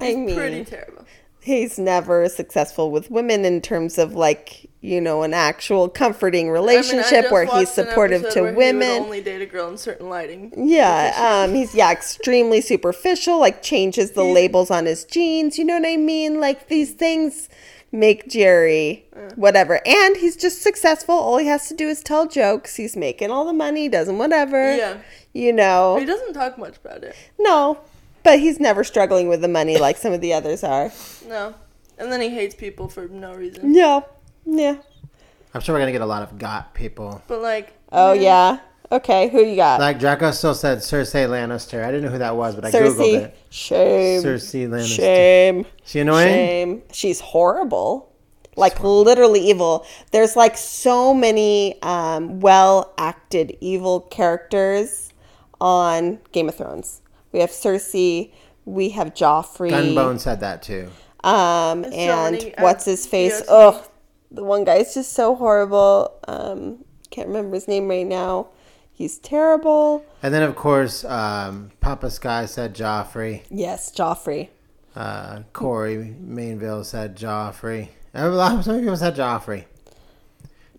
Speaker 1: I
Speaker 2: Pretty
Speaker 1: mean,
Speaker 2: terrible.
Speaker 1: he's never successful with women in terms of like you know an actual comforting
Speaker 2: I mean, I
Speaker 1: relationship
Speaker 2: just
Speaker 1: where he's
Speaker 2: watched an
Speaker 1: supportive
Speaker 2: episode
Speaker 1: to
Speaker 2: where he would
Speaker 1: women.
Speaker 2: only date a girl in certain lighting.
Speaker 1: Yeah, um, he's yeah extremely superficial. Like changes the labels on his jeans. You know what I mean? Like these things make Jerry whatever, and he's just successful. All he has to do is tell jokes. He's making all the money. Doesn't whatever.
Speaker 2: Yeah.
Speaker 1: you
Speaker 2: He
Speaker 1: know.
Speaker 2: doesn't talk much about it.
Speaker 1: No, but he's never struggling with the money like some of the others are.
Speaker 2: No. And then he hates people for no reason.
Speaker 1: Yeah, yeah.
Speaker 3: I'm sure we're gonna get a lot of got people.
Speaker 2: But like,
Speaker 1: Oh yeah. Okay, who you got?
Speaker 3: Like Draco still said Cersei Lannister. I didn't know who that was, but I googled
Speaker 1: Cersei.
Speaker 3: it.
Speaker 1: Shame.
Speaker 3: Cersei Lannister.
Speaker 1: Shame.
Speaker 3: She annoying.
Speaker 1: Shame. She's horrible. like literally evil. There's like so many um, well acted evil characters on Game of Thrones. We have Cersei, we have Joffrey,
Speaker 3: Gunbone said that too.
Speaker 1: um, and
Speaker 2: many, uh,
Speaker 1: what's his face?
Speaker 2: yes.
Speaker 1: Ugh, the one guy is just so horrible. Um, can't remember his name right now. He's terrible.
Speaker 3: And then of course, um, Papa Sky said Joffrey.
Speaker 1: Yes, Joffrey.
Speaker 3: Uh, Corey Mainville said Joffrey. A lot of so many people said Joffrey.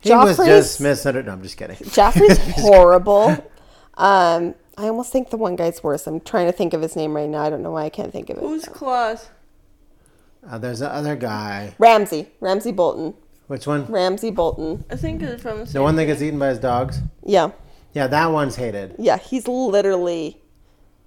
Speaker 3: He was
Speaker 1: Joffrey's-
Speaker 3: just misunderstood. No, I'm just kidding.
Speaker 1: Joffrey's horrible. Um, I almost think the one guy's worse. I'm trying to think of his name right now. I don't know why I can't think of it.
Speaker 2: Who's Claus?
Speaker 3: Uh, there's the other guy.
Speaker 1: Ramsey. Ramsey Bolton.
Speaker 3: Which one?
Speaker 1: Ramsey Bolton.
Speaker 2: I think it's from the
Speaker 3: The
Speaker 2: same.
Speaker 3: one that gets eaten by his dogs.
Speaker 1: Yeah.
Speaker 3: Yeah, that one's hated.
Speaker 1: Yeah. He's literally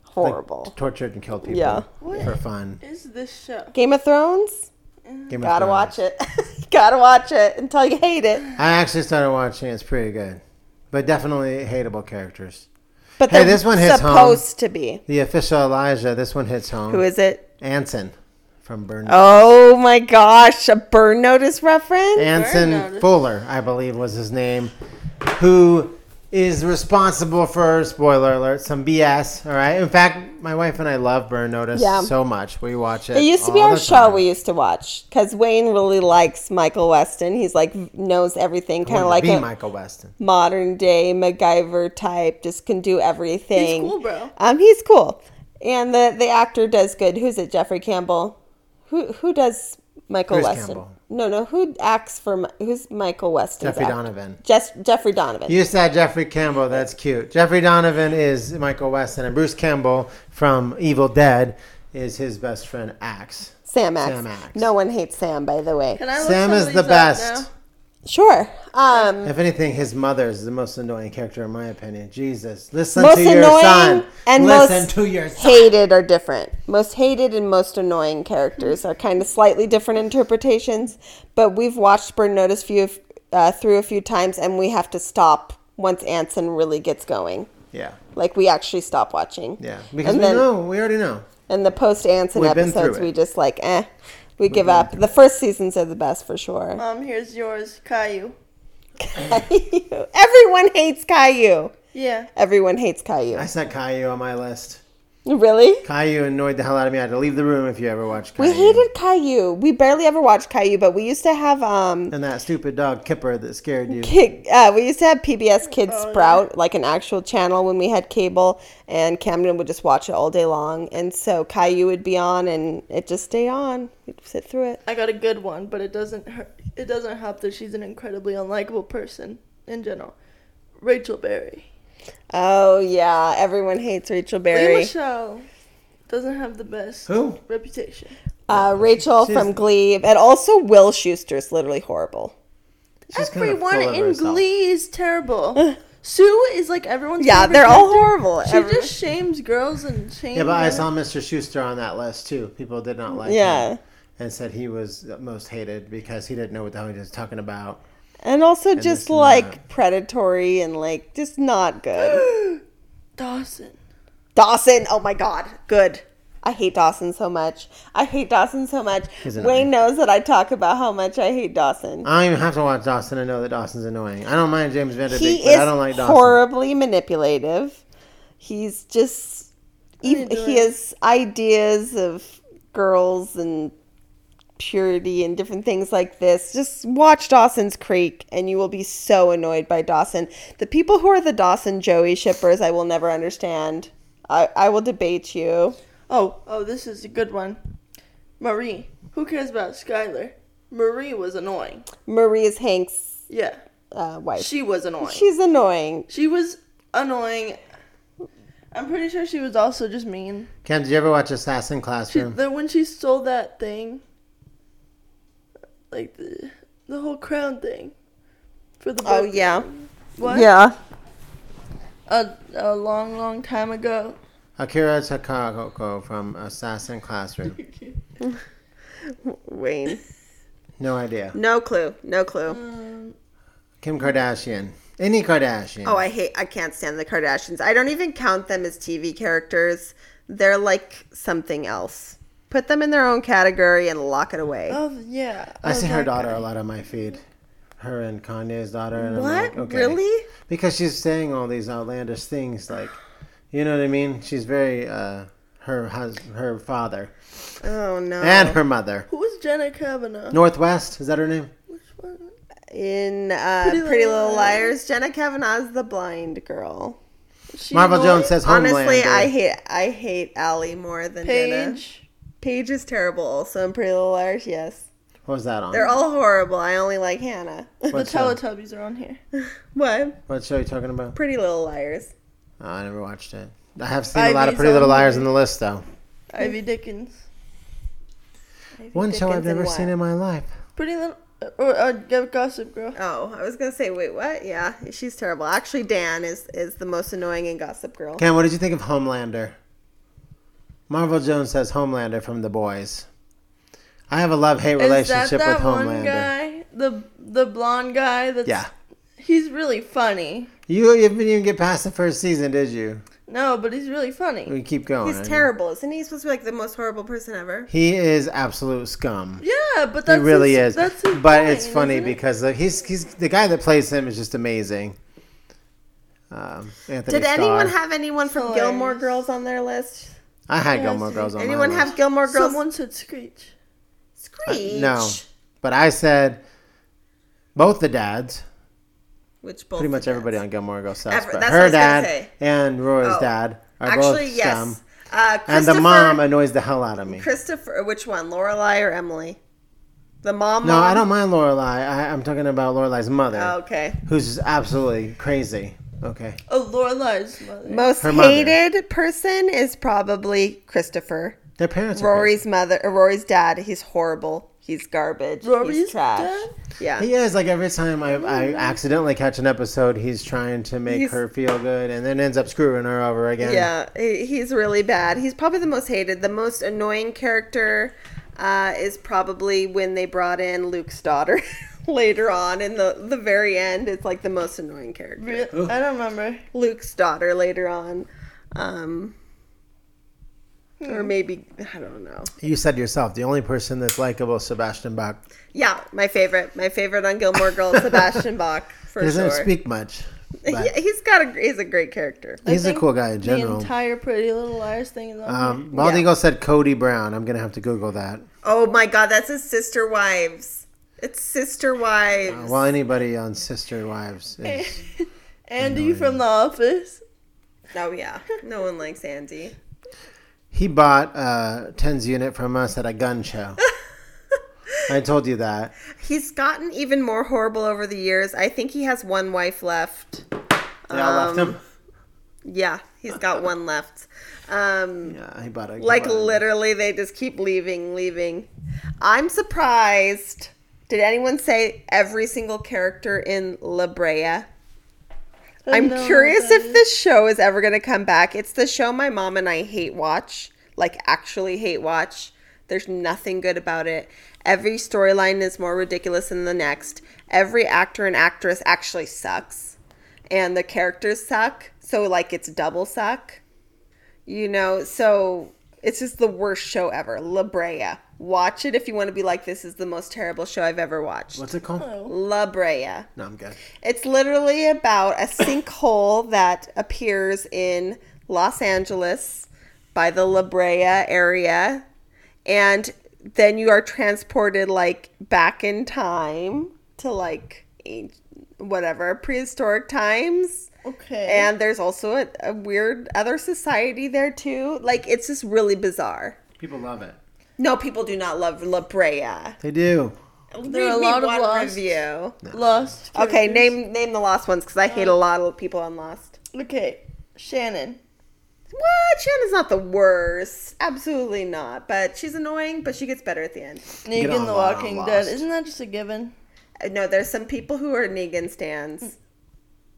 Speaker 3: Like,
Speaker 1: horrible.
Speaker 3: tortured and killed people.
Speaker 1: Yeah.
Speaker 3: For fun.
Speaker 2: Is this show?
Speaker 1: Game of Thrones?
Speaker 3: Game of
Speaker 1: Gotta
Speaker 3: Thrones.
Speaker 1: watch it. Gotta watch it until you hate it.
Speaker 3: I actually started watching. it. It's pretty good, but definitely hateable characters.
Speaker 1: But
Speaker 3: Hey,
Speaker 1: they're
Speaker 3: this one hits home.
Speaker 1: supposed to be.
Speaker 3: The official Elijah. This one hits
Speaker 1: Who
Speaker 3: home.
Speaker 1: is it?
Speaker 3: Anson from Burn.
Speaker 1: Oh my gosh, a burn notice reference?
Speaker 3: Anson
Speaker 2: Burn notice.
Speaker 3: Fuller, I believe, was his name, who is responsible for spoiler alert some BS. All right. In fact, my wife and I love Burn Notice
Speaker 1: Yeah.
Speaker 3: so much. We watch it.
Speaker 1: It used to be
Speaker 3: all
Speaker 1: our
Speaker 3: the
Speaker 1: show
Speaker 3: time.
Speaker 1: we used to watch because Wayne really likes Michael Weston. He's like knows everything, kind of like
Speaker 3: be
Speaker 1: a
Speaker 3: Michael Weston.
Speaker 1: modern day MacGyver type. Just can do everything.
Speaker 2: cool, bro.
Speaker 1: Um, he's cool, and the the actor does good. Who's it? Jeffrey Campbell. Who who does Michael
Speaker 3: Bruce
Speaker 1: Weston?
Speaker 3: Campbell.
Speaker 1: No, no. Who acts for Mi- who's Michael Weston?
Speaker 3: Jeffrey Donovan.
Speaker 1: Just Jeffrey Donovan.
Speaker 3: You said Jeffrey Campbell. That's cute. Jeffrey Donovan is Michael Weston, and Bruce Campbell from Evil Dead is his best friend Axe.
Speaker 1: Sam acts.
Speaker 3: Sam acts.
Speaker 1: No one hates Sam, by the way.
Speaker 2: Can I look
Speaker 3: Sam
Speaker 2: some
Speaker 3: is
Speaker 2: of these
Speaker 3: the
Speaker 2: up now?
Speaker 3: best.
Speaker 1: Sure. Um,
Speaker 3: If anything, his mother is the most annoying character in my opinion. Jesus, listen
Speaker 1: most
Speaker 3: to your
Speaker 1: annoying
Speaker 3: son.
Speaker 1: and
Speaker 3: listen
Speaker 1: most
Speaker 3: to your son.
Speaker 1: hated are different. Most hated and most annoying characters are kind of slightly different interpretations. But we've watched Burn Notice few, uh, through a few times, and we have to stop once Anson really gets going.
Speaker 3: Yeah,
Speaker 1: Like we actually stop watching.
Speaker 3: yeah. Because
Speaker 1: and
Speaker 3: we
Speaker 1: then
Speaker 3: know, we already know.
Speaker 1: and the post Anson
Speaker 3: We've been through
Speaker 1: episodes,
Speaker 3: it.
Speaker 1: we just like eh, we give up. The first seasons are the best for sure.
Speaker 2: Um, here's yours, Caillou.
Speaker 3: Uh-uh.
Speaker 1: Everyone hates Caillou.
Speaker 2: Yeah.
Speaker 1: Everyone hates Caillou.
Speaker 3: I said Caillou on my list.
Speaker 1: Really?
Speaker 3: Caillou annoyed the hell out of me. I had to leave the room if you ever watched Caillou.
Speaker 1: We hated Caillou. We barely ever watched Caillou, but we used to have um
Speaker 3: and that stupid dog Kipper that scared you.
Speaker 1: Kid, uh, we used to have PBS Kids Sprout, like an actual channel when we had cable, and Camden would just watch it all day long. And so Caillou would be on, and it just stay on. We'd sit through it.
Speaker 2: I got a good one, but it doesn't hurt. It doesn't help that she's an incredibly unlikable person in general. Rachel Berry.
Speaker 1: Oh yeah, everyone hates Rachel
Speaker 2: Leah
Speaker 1: Berry.
Speaker 2: Michelle doesn't have the best
Speaker 3: Who?
Speaker 2: reputation.
Speaker 1: Uh, Rachel
Speaker 3: She's-
Speaker 1: from Glee, and also Will Schuster is literally horrible.
Speaker 3: She's kinda
Speaker 2: Everyone
Speaker 3: full of
Speaker 2: in
Speaker 3: herself.
Speaker 2: Glee is terrible. Sue is like
Speaker 1: Uh.
Speaker 2: everyone's.
Speaker 1: Yeah,
Speaker 2: favorite
Speaker 1: they're all
Speaker 2: character.
Speaker 1: horrible.
Speaker 2: She
Speaker 1: Everyone-
Speaker 2: just shames girls and shames.
Speaker 3: Yeah, but I
Speaker 2: them.
Speaker 3: saw Mr. Schuster on that list too. People did not like
Speaker 1: Yeah.
Speaker 3: him and said he was the most hated because he didn't know what the hell he was talking about.
Speaker 1: and also
Speaker 3: it's
Speaker 1: just
Speaker 3: not-
Speaker 1: like predatory and like just not good.
Speaker 2: Dawson.
Speaker 1: Dawson, oh my god, good. I hate Dawson so much. I hate Dawson so much.
Speaker 3: He's annoying.
Speaker 1: Wayne knows that I talk about how much I hate Dawson.
Speaker 3: I don't even have to watch Dawson to know that Dawson's annoying. I don't mind James Van Der Beek,
Speaker 1: He
Speaker 3: but
Speaker 1: is
Speaker 3: I don't like Dawson.
Speaker 1: horribly manipulative. He's just ev-
Speaker 2: doing?
Speaker 1: he has ideas of girls and purity and different things like this. Just watch Dawson's Creek and you will be so annoyed by Dawson. The people who are the Dawson Joey shippers, I will never understand. I, I will debate you.
Speaker 2: Oh, oh, this is a good one. Marie. Who cares about Skylar? Marie was annoying.
Speaker 1: Maria's Hank's
Speaker 2: Yeah,
Speaker 1: uh, wife.
Speaker 2: she was annoying.
Speaker 1: She's annoying.
Speaker 2: She was annoying. I'm pretty sure she was also just mean.
Speaker 3: Cam, did you ever watch Assassin
Speaker 2: She,
Speaker 3: Classroom?
Speaker 2: the, when she stole that thing, like the the whole crown thing, for the
Speaker 1: Oh
Speaker 2: book.
Speaker 1: yeah,
Speaker 2: what?
Speaker 1: yeah.
Speaker 2: a a long long time ago.
Speaker 3: Akira Takako from Assassin Classroom.
Speaker 1: Wayne,
Speaker 3: No idea.
Speaker 1: no clue, no clue.
Speaker 2: Um,
Speaker 3: Kim Kardashian. Any Kardashian.
Speaker 1: Oh, I hate. I can't stand the Kardashians. I don't even count them as TV characters. They're like something else. Put them in their own category and lock it away.
Speaker 2: Oh yeah.
Speaker 3: I
Speaker 2: Oh,
Speaker 3: see her
Speaker 2: that
Speaker 3: daughter
Speaker 2: guy.
Speaker 3: a lot on my feed. Her and Kanye's daughter. And I'm
Speaker 1: what?
Speaker 3: like, Oh, okay.
Speaker 1: Really?
Speaker 3: Because she's saying all these outlandish things, like, you know what I mean? She's very, uh, her hus- her father
Speaker 1: Oh no.
Speaker 3: and her mother.
Speaker 2: Who is Jenna Kavanaugh?
Speaker 3: Northwest, is that her name?
Speaker 2: Which one?
Speaker 1: in uh, Pretty,
Speaker 2: Pretty Little
Speaker 1: Little Liars,
Speaker 2: Liars.
Speaker 1: Jenna Kavanaugh's the blind girl.
Speaker 2: She
Speaker 3: Marvel
Speaker 2: Lloyd?
Speaker 3: Jones says Homelander.
Speaker 1: Honestly, I hate I hate Allie more than Jenna.
Speaker 2: Paige.
Speaker 1: Paige is terrible. Also in Pretty Little Liars, yes,
Speaker 3: What was that on?
Speaker 1: they're all horrible. I only like Hannah.
Speaker 2: The
Speaker 3: What show?
Speaker 2: Teletubbies are on here.
Speaker 1: what?
Speaker 3: What show are you talking about?
Speaker 1: Pretty Little Liars.
Speaker 3: Oh, I never watched it. I have seen a
Speaker 2: Ivy
Speaker 3: lot of Pretty Little
Speaker 2: Zombie.
Speaker 3: Liars on the list, though.
Speaker 2: Ivy Dickens.
Speaker 3: One show I've
Speaker 1: Dickens and
Speaker 3: never seen
Speaker 1: what?
Speaker 3: in my life.
Speaker 2: Pretty Little uh, or, or Gossip Girl.
Speaker 1: Oh, I was gonna say, wait, what? Yeah, she's terrible. Actually, Dan is is the most annoying in Gossip Girl.
Speaker 3: Cam, what did you think of Homelander? Marvel Jones says Homelander from The Boys. I have a love hate
Speaker 2: is that
Speaker 3: relationship
Speaker 2: that
Speaker 3: with
Speaker 2: one
Speaker 3: Homelander.
Speaker 2: guy? The the blonde guy. That's,
Speaker 3: Yeah.
Speaker 2: He's really funny.
Speaker 3: You, you didn't even get past the first season, did you?
Speaker 2: No, but he's really funny.
Speaker 3: We keep going.
Speaker 1: He's terrible, isn't he? Supposed to be like the most horrible person ever.
Speaker 3: He is absolute scum.
Speaker 2: Yeah, but that's
Speaker 3: he really
Speaker 2: his-
Speaker 3: is.
Speaker 2: That's his
Speaker 3: but it's
Speaker 2: line,
Speaker 3: funny
Speaker 2: isn't it?
Speaker 3: because like, he's he's the guy that plays him is just amazing. Um, Anthony
Speaker 1: Did anyone
Speaker 3: Starr.
Speaker 1: have anyone from
Speaker 2: Hilarious.
Speaker 1: Gilmore Girls on their list?
Speaker 3: I had
Speaker 2: Yes.
Speaker 3: Gilmore Girls on. my
Speaker 1: Anyone
Speaker 3: list. Uh,
Speaker 1: have Gilmore Girls?
Speaker 2: someone said Screech.
Speaker 1: Screech.
Speaker 3: No, but I said both the dads.
Speaker 1: Which both
Speaker 3: Pretty much
Speaker 1: the dads.
Speaker 3: everybody on Gilmore Girls sucks.
Speaker 1: Ever-
Speaker 3: but
Speaker 1: that's what I
Speaker 3: her
Speaker 1: was gonna
Speaker 3: dad
Speaker 1: say.
Speaker 3: and Roy's
Speaker 1: Oh.
Speaker 3: dad are
Speaker 1: Actually,
Speaker 3: both scum,
Speaker 1: yes. Uh,
Speaker 3: and the mom annoys the hell out of me.
Speaker 1: Christopher. Which one? Lorelai or Emily? The mom.
Speaker 3: No,
Speaker 1: mom?
Speaker 3: I don't mind Lorelai. I, I'm talking about Lorelai's mother,
Speaker 1: Oh, okay.
Speaker 3: who's just absolutely crazy. Okay.
Speaker 2: Oh, Lorelai's mother.
Speaker 1: Most
Speaker 3: Her mother.
Speaker 1: hated person is probably Christopher.
Speaker 3: Their parents are
Speaker 1: Rory's mother. Or Rory's dad. He's horrible. He's garbage. he's
Speaker 2: Rory's
Speaker 1: trash.
Speaker 2: dad?
Speaker 1: Yeah.
Speaker 3: He is like every time I, I accidentally catch an episode, he's trying to make
Speaker 1: He's-
Speaker 3: her feel good, and then ends up screwing her over again.
Speaker 1: Yeah, he- he's really bad. He's probably the most hated. The most annoying character uh, is probably when they brought in Luke's daughter later on in the, the very end. It's like the most annoying character.
Speaker 2: Re- I don't remember.
Speaker 1: Luke's daughter later on. Um, Or
Speaker 3: Hmm.
Speaker 1: maybe, I don't know.
Speaker 3: You said yourself, the only person that's likable is Sebastian Bach.
Speaker 1: Yeah, my favorite. My favorite on Gilmore Girls, Sebastian Bach, for
Speaker 3: Doesn't
Speaker 1: sure.
Speaker 3: speak much.
Speaker 1: Yeah,
Speaker 3: But
Speaker 1: he's got a he's a great character.
Speaker 2: I
Speaker 3: he's a
Speaker 2: think
Speaker 3: cool guy in
Speaker 2: The
Speaker 3: general.
Speaker 2: entire Pretty Little Liars thing is on
Speaker 3: um, Bald
Speaker 1: Mm-hmm. Yeah.
Speaker 3: Eagle said Cody Brown. I'm gonna have to Google that.
Speaker 1: Oh my god, that's his sister wives. It's sister wives.
Speaker 3: Well, Uh, anybody on Sister Wives
Speaker 2: here.
Speaker 3: is
Speaker 2: Andy from The Office.
Speaker 1: Oh yeah, no one likes Andy.
Speaker 3: He bought a tens unit from us at a gun show. I told you that.
Speaker 1: He's gotten even more horrible over the years. I think he has one wife left.
Speaker 3: They all left
Speaker 1: Um,
Speaker 3: him.
Speaker 1: Yeah, he's got one left. Um,
Speaker 3: Yeah, he bought a
Speaker 1: like
Speaker 3: he bought a-
Speaker 1: literally, they just keep leaving, leaving. I'm surprised. Did anyone say every single character in La Brea? I'm
Speaker 2: No,
Speaker 1: curious
Speaker 2: that
Speaker 1: if this show is ever going to come back. It's the show my mom and I hate watch, like actually hate watch. There's nothing good about it. Every storyline is more ridiculous than the next. Every actor and actress actually sucks. And the characters suck. So, like, it's double suck. You know, so it's just the worst show ever. La Brea. Watch it if you want to be like, this is the most terrible show I've ever watched.
Speaker 3: What's it called?
Speaker 1: La Brea.
Speaker 3: No, I'm good.
Speaker 1: It's literally about a sinkhole that appears in Los Angeles by the La Brea area. And then you are transported like back in time to like an- whatever prehistoric times.
Speaker 2: Okay.
Speaker 1: And there's also a, a weird other society there too. Like it's just really bizarre.
Speaker 3: People love it.
Speaker 1: No, people do not love La Brea.
Speaker 3: They do.
Speaker 1: There
Speaker 2: are a lot of Lost.
Speaker 1: review.
Speaker 2: Lost.
Speaker 1: Okay,
Speaker 2: characters.
Speaker 1: name name the Lost ones because I hate a lot of people on Lost.
Speaker 2: Okay, Shannon.
Speaker 1: What? Shannon's not the worst. Absolutely not. But she's annoying, but she gets better at the end.
Speaker 3: Get
Speaker 2: Negan
Speaker 3: on
Speaker 2: the
Speaker 3: that,
Speaker 2: Walking
Speaker 3: I'm
Speaker 2: Dead.
Speaker 3: lost.
Speaker 2: Isn't that just a given?
Speaker 1: Uh, No, there's some people who are Negan stands.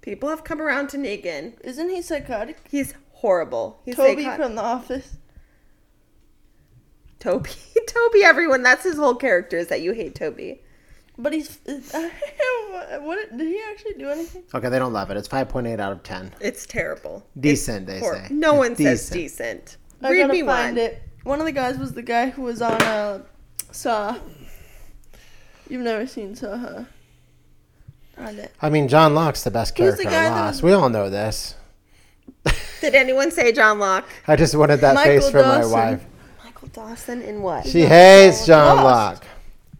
Speaker 1: People have come around to Negan.
Speaker 2: Isn't he psychotic?
Speaker 1: He's horrible. He's
Speaker 2: Toby
Speaker 1: psycho-
Speaker 2: from The Office.
Speaker 1: Toby. Toby, everyone. That's his whole character is that you hate Toby.
Speaker 2: But he's. is- what did he actually do anything?
Speaker 3: Okay, they don't love it. It's 5.8 out of 10.
Speaker 1: It's terrible.
Speaker 3: Decent, they
Speaker 1: Hor-
Speaker 3: say.
Speaker 1: no
Speaker 3: It's
Speaker 1: one says
Speaker 3: decent.
Speaker 1: decent.
Speaker 2: I
Speaker 1: Read
Speaker 2: gotta
Speaker 1: me
Speaker 2: find
Speaker 1: one.
Speaker 2: it. One of the guys was the guy who was on uh, Saw. You've never seen Saw, huh? Not it.
Speaker 3: I mean, John Locke's the best
Speaker 2: Who's the
Speaker 3: character
Speaker 2: guy
Speaker 3: in
Speaker 2: that
Speaker 3: Lost.
Speaker 2: was-
Speaker 3: We all know this.
Speaker 1: Did anyone say John Locke?
Speaker 3: I just wanted that
Speaker 2: Michael
Speaker 3: face for my
Speaker 2: Dawson.
Speaker 3: wife.
Speaker 1: Michael Dawson in what?
Speaker 3: She hates John
Speaker 2: Lost.
Speaker 3: Locke,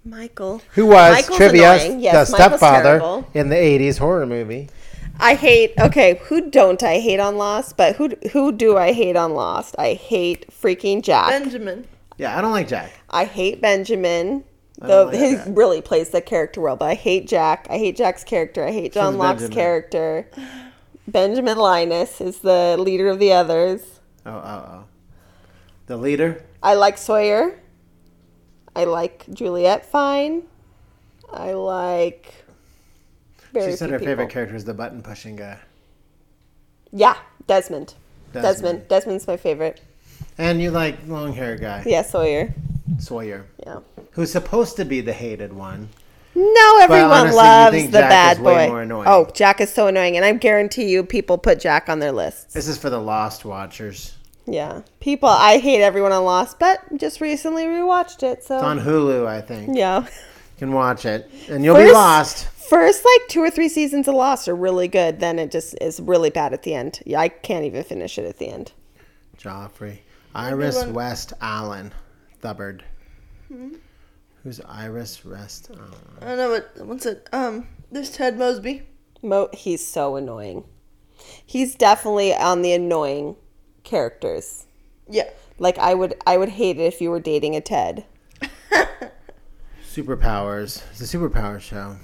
Speaker 1: Michael.
Speaker 3: who was
Speaker 1: Michael's
Speaker 3: trivia
Speaker 1: annoying. Yes,
Speaker 3: the
Speaker 1: Michael's
Speaker 3: stepfather
Speaker 1: terrible.
Speaker 3: in the '80s horror movie.
Speaker 1: I hate. Okay, who don't I hate on Lost? But who who do I hate on Lost? I hate freaking Jack.
Speaker 2: Benjamin.
Speaker 3: Yeah, I don't like Jack.
Speaker 1: I hate Benjamin. Though
Speaker 3: don't like
Speaker 1: he
Speaker 3: that.
Speaker 1: really plays that character well, but I hate Jack. I hate Jack's character. I hate John
Speaker 3: So's
Speaker 1: Locke's
Speaker 3: Benjamin.
Speaker 1: character. Benjamin Linus is the leader of the others.
Speaker 3: Oh, oh, oh. The leader.
Speaker 1: I like Sawyer. I like Juliet fine. I like. very
Speaker 3: She said
Speaker 1: few
Speaker 3: her favorite
Speaker 1: people.
Speaker 3: character is the button pushing guy.
Speaker 1: Yeah, Desmond. Desmond.
Speaker 3: Desmond.
Speaker 1: Desmond's my favorite.
Speaker 3: And you like long hair guy
Speaker 1: Yeah, Sawyer.
Speaker 3: Sawyer,
Speaker 1: Yeah.
Speaker 3: who's supposed to be the hated one.
Speaker 1: No, everyone
Speaker 3: honestly, you
Speaker 1: loves
Speaker 3: think
Speaker 1: the
Speaker 3: Jack
Speaker 1: bad
Speaker 3: is
Speaker 1: boy.
Speaker 3: way more annoying.
Speaker 1: Oh, Jack is so annoying, and I guarantee you, people put Jack on their lists.
Speaker 3: This is for the Lost watchers.
Speaker 1: Yeah, people. I hate everyone on Lost, but just recently rewatched it, so
Speaker 3: It's on Hulu, I think.
Speaker 1: Oh. yeah.
Speaker 3: You can watch it, and you'll be
Speaker 1: First-
Speaker 3: lost.
Speaker 1: First, like two or three seasons of Lost are really good. Then it just is really bad at the end. Yeah, I can't even finish it at the end.
Speaker 3: Joffrey, Iris
Speaker 2: one-
Speaker 3: West Allen, Thubbard.
Speaker 1: Hmm?
Speaker 3: Who's Iris West Allen?
Speaker 2: I don't know what. What's it? Um, there's Ted Mosby.
Speaker 1: Mo, he's so annoying. He's definitely on the annoying characters.
Speaker 2: Yeah.
Speaker 1: Like I would, I would hate it if you were dating a Ted.
Speaker 3: Superpowers. It's a superpower show.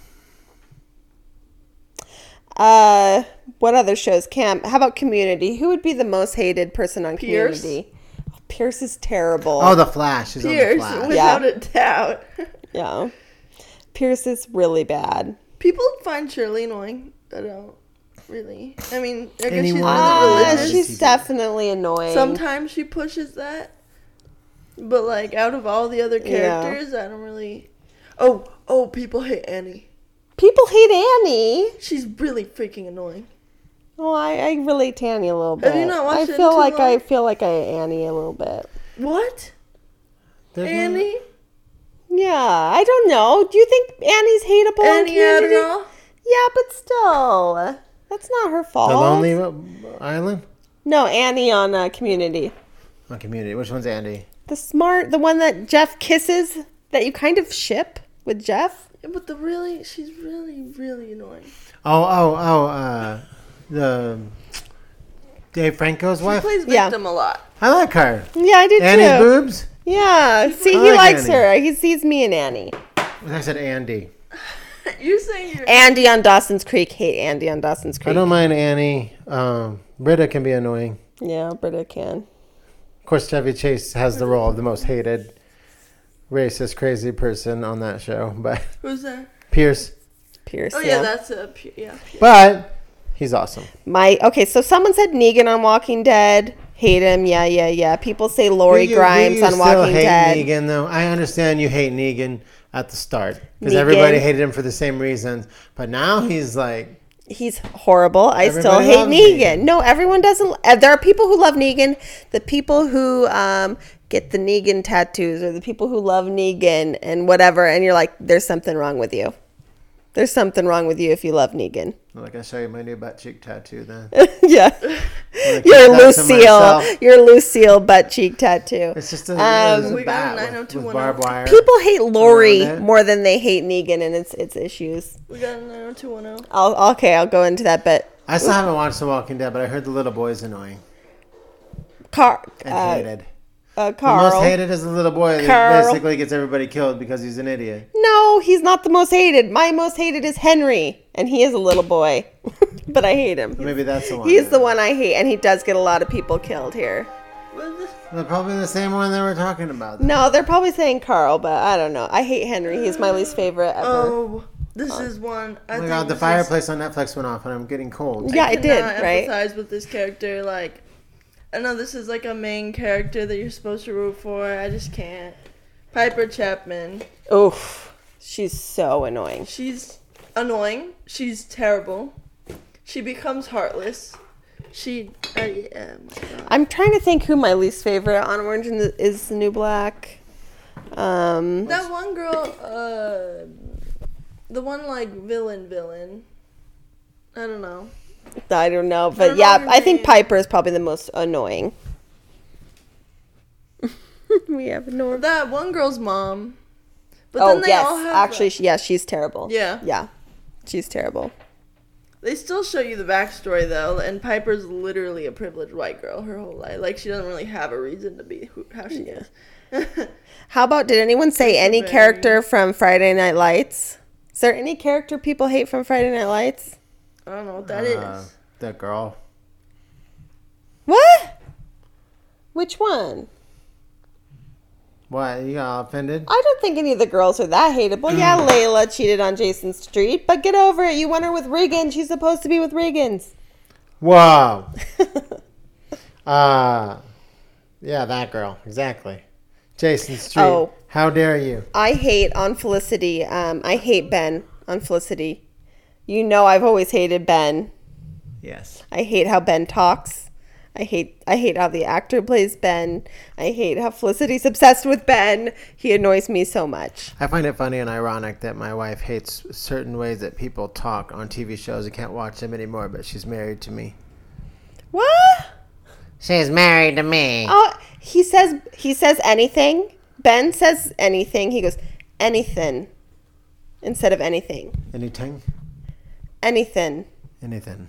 Speaker 1: Uh, what other shows? Camp. How about Community? Who would be the most hated person on
Speaker 2: Pierce.
Speaker 1: Community? Oh, Pierce is terrible.
Speaker 3: Oh, The Flash. She's
Speaker 2: Pierce,
Speaker 3: on The Flash.
Speaker 2: without a doubt.
Speaker 1: Yeah, Pierce is really bad.
Speaker 2: People find Shirley annoying. I don't really. I mean, I guess she's
Speaker 3: Anyone
Speaker 2: not
Speaker 3: that
Speaker 1: Ah,
Speaker 3: religious?
Speaker 2: religious.
Speaker 1: she's
Speaker 3: She-
Speaker 1: definitely annoying.
Speaker 2: Sometimes she pushes that, but like out of all the other
Speaker 1: Yeah.
Speaker 2: characters, I don't really. Oh, oh, people hate Annie.
Speaker 1: People hate Annie.
Speaker 2: She's really freaking annoying.
Speaker 1: Oh, I, I relate to Annie a little bit.
Speaker 2: Have you not watched
Speaker 1: I
Speaker 2: it
Speaker 1: feel
Speaker 2: too
Speaker 1: like I
Speaker 2: long?
Speaker 1: feel like I Annie a little bit.
Speaker 2: What?
Speaker 1: Mm-hmm.
Speaker 3: There's no-
Speaker 2: Annie?
Speaker 1: Yeah, I don't know. Do you think Annie's hateable? on
Speaker 2: Annie
Speaker 1: Community?
Speaker 2: Adderall?
Speaker 1: Yeah, but still, that's not her fault.
Speaker 3: The Lonely uh, Island?
Speaker 1: No, Annie on uh, Community.
Speaker 3: On Community. Which one's Andy?
Speaker 1: The smart, the one that Jeff kisses, that you kind of ship with Jeff.
Speaker 2: Yeah, but the really, she's really, really annoying.
Speaker 3: Oh, oh, oh, uh, the Dave Franco's
Speaker 2: She
Speaker 3: wife.
Speaker 2: plays
Speaker 1: Yeah.
Speaker 2: victim a lot.
Speaker 3: I like her.
Speaker 1: Yeah, I did
Speaker 3: Annie's
Speaker 1: too.
Speaker 3: boobs.
Speaker 1: Yeah, see, he
Speaker 3: like
Speaker 1: likes
Speaker 3: Annie.
Speaker 1: her. He sees me and Annie.
Speaker 3: I said Andy.
Speaker 2: You're saying you're.
Speaker 1: Andy on Dawson's Creek. Hate Andy on Dawson's
Speaker 3: I
Speaker 1: Creek.
Speaker 3: don't mind Annie. Um, Britta can be annoying.
Speaker 1: Yeah, Britta can.
Speaker 3: Of course, Chevy Chase has the role of the most hated, racist, crazy person on that show. But
Speaker 2: Who's that?
Speaker 3: Pierce,
Speaker 1: Pierce.
Speaker 2: Oh, yeah,
Speaker 1: yeah.
Speaker 2: that's a. pu- Yeah.
Speaker 3: but he's awesome.
Speaker 1: My okay. So someone said Negan on Walking Dead. Hate him. Yeah, yeah, yeah. People say Lori
Speaker 3: Do you- do
Speaker 1: Grimes
Speaker 3: you
Speaker 1: on
Speaker 3: still
Speaker 1: Walking
Speaker 3: hate
Speaker 1: Dead.
Speaker 3: Negan, though. I understand you hate Negan at the start because
Speaker 1: Negan.
Speaker 3: everybody hated him for the same reasons. But now he's like,
Speaker 1: He's horrible. I still
Speaker 3: Everybody
Speaker 1: hate
Speaker 3: loves
Speaker 1: Negan. No, everyone doesn't. uh, There are people who love Negan. The people who um, get the Negan tattoos, or the people who love Negan and whatever. And you're like, there's something wrong with you. There's something wrong with you if you love Negan.
Speaker 3: look, I show you my new butt cheek tattoo. Then
Speaker 1: yeah,
Speaker 3: Like,
Speaker 1: you're
Speaker 3: that to
Speaker 1: Lucille.
Speaker 3: myself.
Speaker 1: You're Lucille butt cheek tattoo.
Speaker 3: It's just a,
Speaker 1: Um,
Speaker 3: it's a
Speaker 2: We got oh a
Speaker 3: bat with, with
Speaker 2: 90210.
Speaker 3: barbed wire.
Speaker 1: People hate Lori
Speaker 3: Around it.
Speaker 1: more than they hate Negan and its its issues.
Speaker 2: We got a 90210.
Speaker 1: I'll okay, I'll go into that. But
Speaker 3: I still haven't watched The Walking Dead, but I heard the little boy's annoying
Speaker 1: Car,
Speaker 3: and
Speaker 1: uh,
Speaker 3: hated.
Speaker 1: uh,
Speaker 3: The most
Speaker 1: Carl.
Speaker 3: hated is the little boy that
Speaker 1: Carl.
Speaker 3: basically gets everybody killed because he's an idiot.
Speaker 1: No, he's not the most hated. My most hated is Henry, and he is a little boy, but I hate him.
Speaker 3: Maybe that's the one.
Speaker 1: He's the one I hate, and he does get a lot of people killed here.
Speaker 2: What is-
Speaker 3: They're probably the same one that we're talking about.
Speaker 1: No, they're probably saying Carl, but I don't know. I hate Henry. He's my least favorite ever.
Speaker 2: Oh, this is one. I
Speaker 3: Oh my
Speaker 2: think
Speaker 3: god, the
Speaker 2: this is-
Speaker 3: fireplace on Netflix went off and I'm getting cold.
Speaker 1: yeah, it did,
Speaker 2: cannot
Speaker 1: right?
Speaker 2: empathize with this character. Like, I know this is like a main character that you're supposed to root for. I just can't. Piper Chapman.
Speaker 1: Oof, she's so annoying.
Speaker 2: She's annoying. She's terrible. She becomes heartless. She Oh, yeah. my God.
Speaker 1: I'm trying to think who my least favorite on Orange and the- is the New Black. Um,
Speaker 2: That one girl, uh, the one like villain, villain. I don't know.
Speaker 1: I don't know, but
Speaker 2: don't know
Speaker 1: yeah,
Speaker 2: her
Speaker 1: I think
Speaker 2: name.
Speaker 1: Piper is probably the most annoying. we have Norm.
Speaker 2: That one girl's mom. But
Speaker 1: oh yes,
Speaker 2: like-
Speaker 1: actually, she, yeah, she's terrible.
Speaker 2: Yeah.
Speaker 1: yeah, she's terrible.
Speaker 2: They still show you the backstory though, and Piper's literally a privileged white girl her whole life. Like she doesn't really have a reason to be who, how she is.
Speaker 1: How about did anyone say any
Speaker 2: Berry.
Speaker 1: character from Friday Night Lights? Is there any character people hate from Friday Night Lights?
Speaker 2: I don't know what that is.
Speaker 3: Uh, the girl.
Speaker 1: What? Which one?
Speaker 3: What? You got offended?
Speaker 1: I don't think any of the girls are that hateable. Yeah,
Speaker 2: Mm.
Speaker 1: Layla cheated on Jason Street, but get over it. You want her with Regan. She's supposed to be with Regans.
Speaker 3: Whoa. uh, yeah, that girl. Exactly. Jason Street.
Speaker 1: Oh.
Speaker 3: How dare you?
Speaker 1: I hate on Felicity. Um, I hate Ben on Felicity. You know, I've always hated Ben.
Speaker 3: Yes.
Speaker 1: I hate how Ben talks. I hate I hate how the actor plays Ben. I hate how Felicity's obsessed with Ben. He annoys me so much.
Speaker 3: I find it funny and ironic that my wife hates certain ways that people talk on TV shows and can't watch them anymore, but she's married to me.
Speaker 1: What?
Speaker 3: She's married to me.
Speaker 1: Oh, he says he says anything. Ben says anything. He goes anything instead of anything.
Speaker 3: Anything?
Speaker 1: Anything.
Speaker 3: Anything.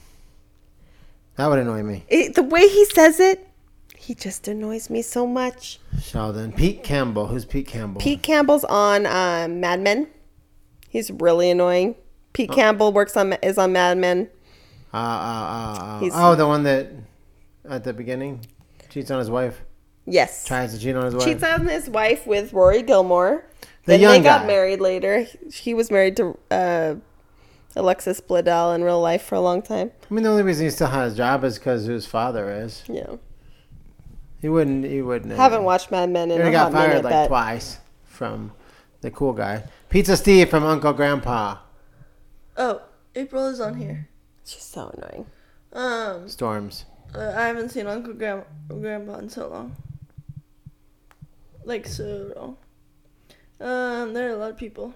Speaker 3: That would annoy me.
Speaker 1: It, the way he says it, he just annoys me so much.
Speaker 3: Sheldon. Pete Campbell. Who's Pete Campbell?
Speaker 1: Pete Campbell's on um, Mad Men. He's really annoying. Pete Campbell works on is on Mad Men.
Speaker 3: Uh, uh, uh, uh.
Speaker 1: He's-
Speaker 3: Oh, the one that at the beginning cheats on his wife.
Speaker 1: Yes.
Speaker 3: Tries to cheat on his wife.
Speaker 1: cheats on his wife with Rory Gilmore.
Speaker 3: The
Speaker 1: then
Speaker 3: young
Speaker 1: they got
Speaker 3: guy.
Speaker 1: married later. He- He was married to uh, Alexis Bledel in real life for a long time.
Speaker 3: I mean, the only reason he still has a job is because his father is.
Speaker 1: Yeah,
Speaker 3: He wouldn't. He wouldn't. have-
Speaker 1: haven't watched Mad Men in
Speaker 3: He
Speaker 1: a
Speaker 3: got
Speaker 1: hot
Speaker 3: fired
Speaker 1: minute,
Speaker 3: like
Speaker 1: but
Speaker 3: twice from the cool guy. Pizza Steve from Uncle Grandpa.
Speaker 2: Oh, April is on here.
Speaker 1: she's so annoying.
Speaker 2: Um,
Speaker 3: Storms.
Speaker 2: uh, I haven't seen Uncle Grandma, Grandpa in so long. Like so long. Um, there are a lot of people.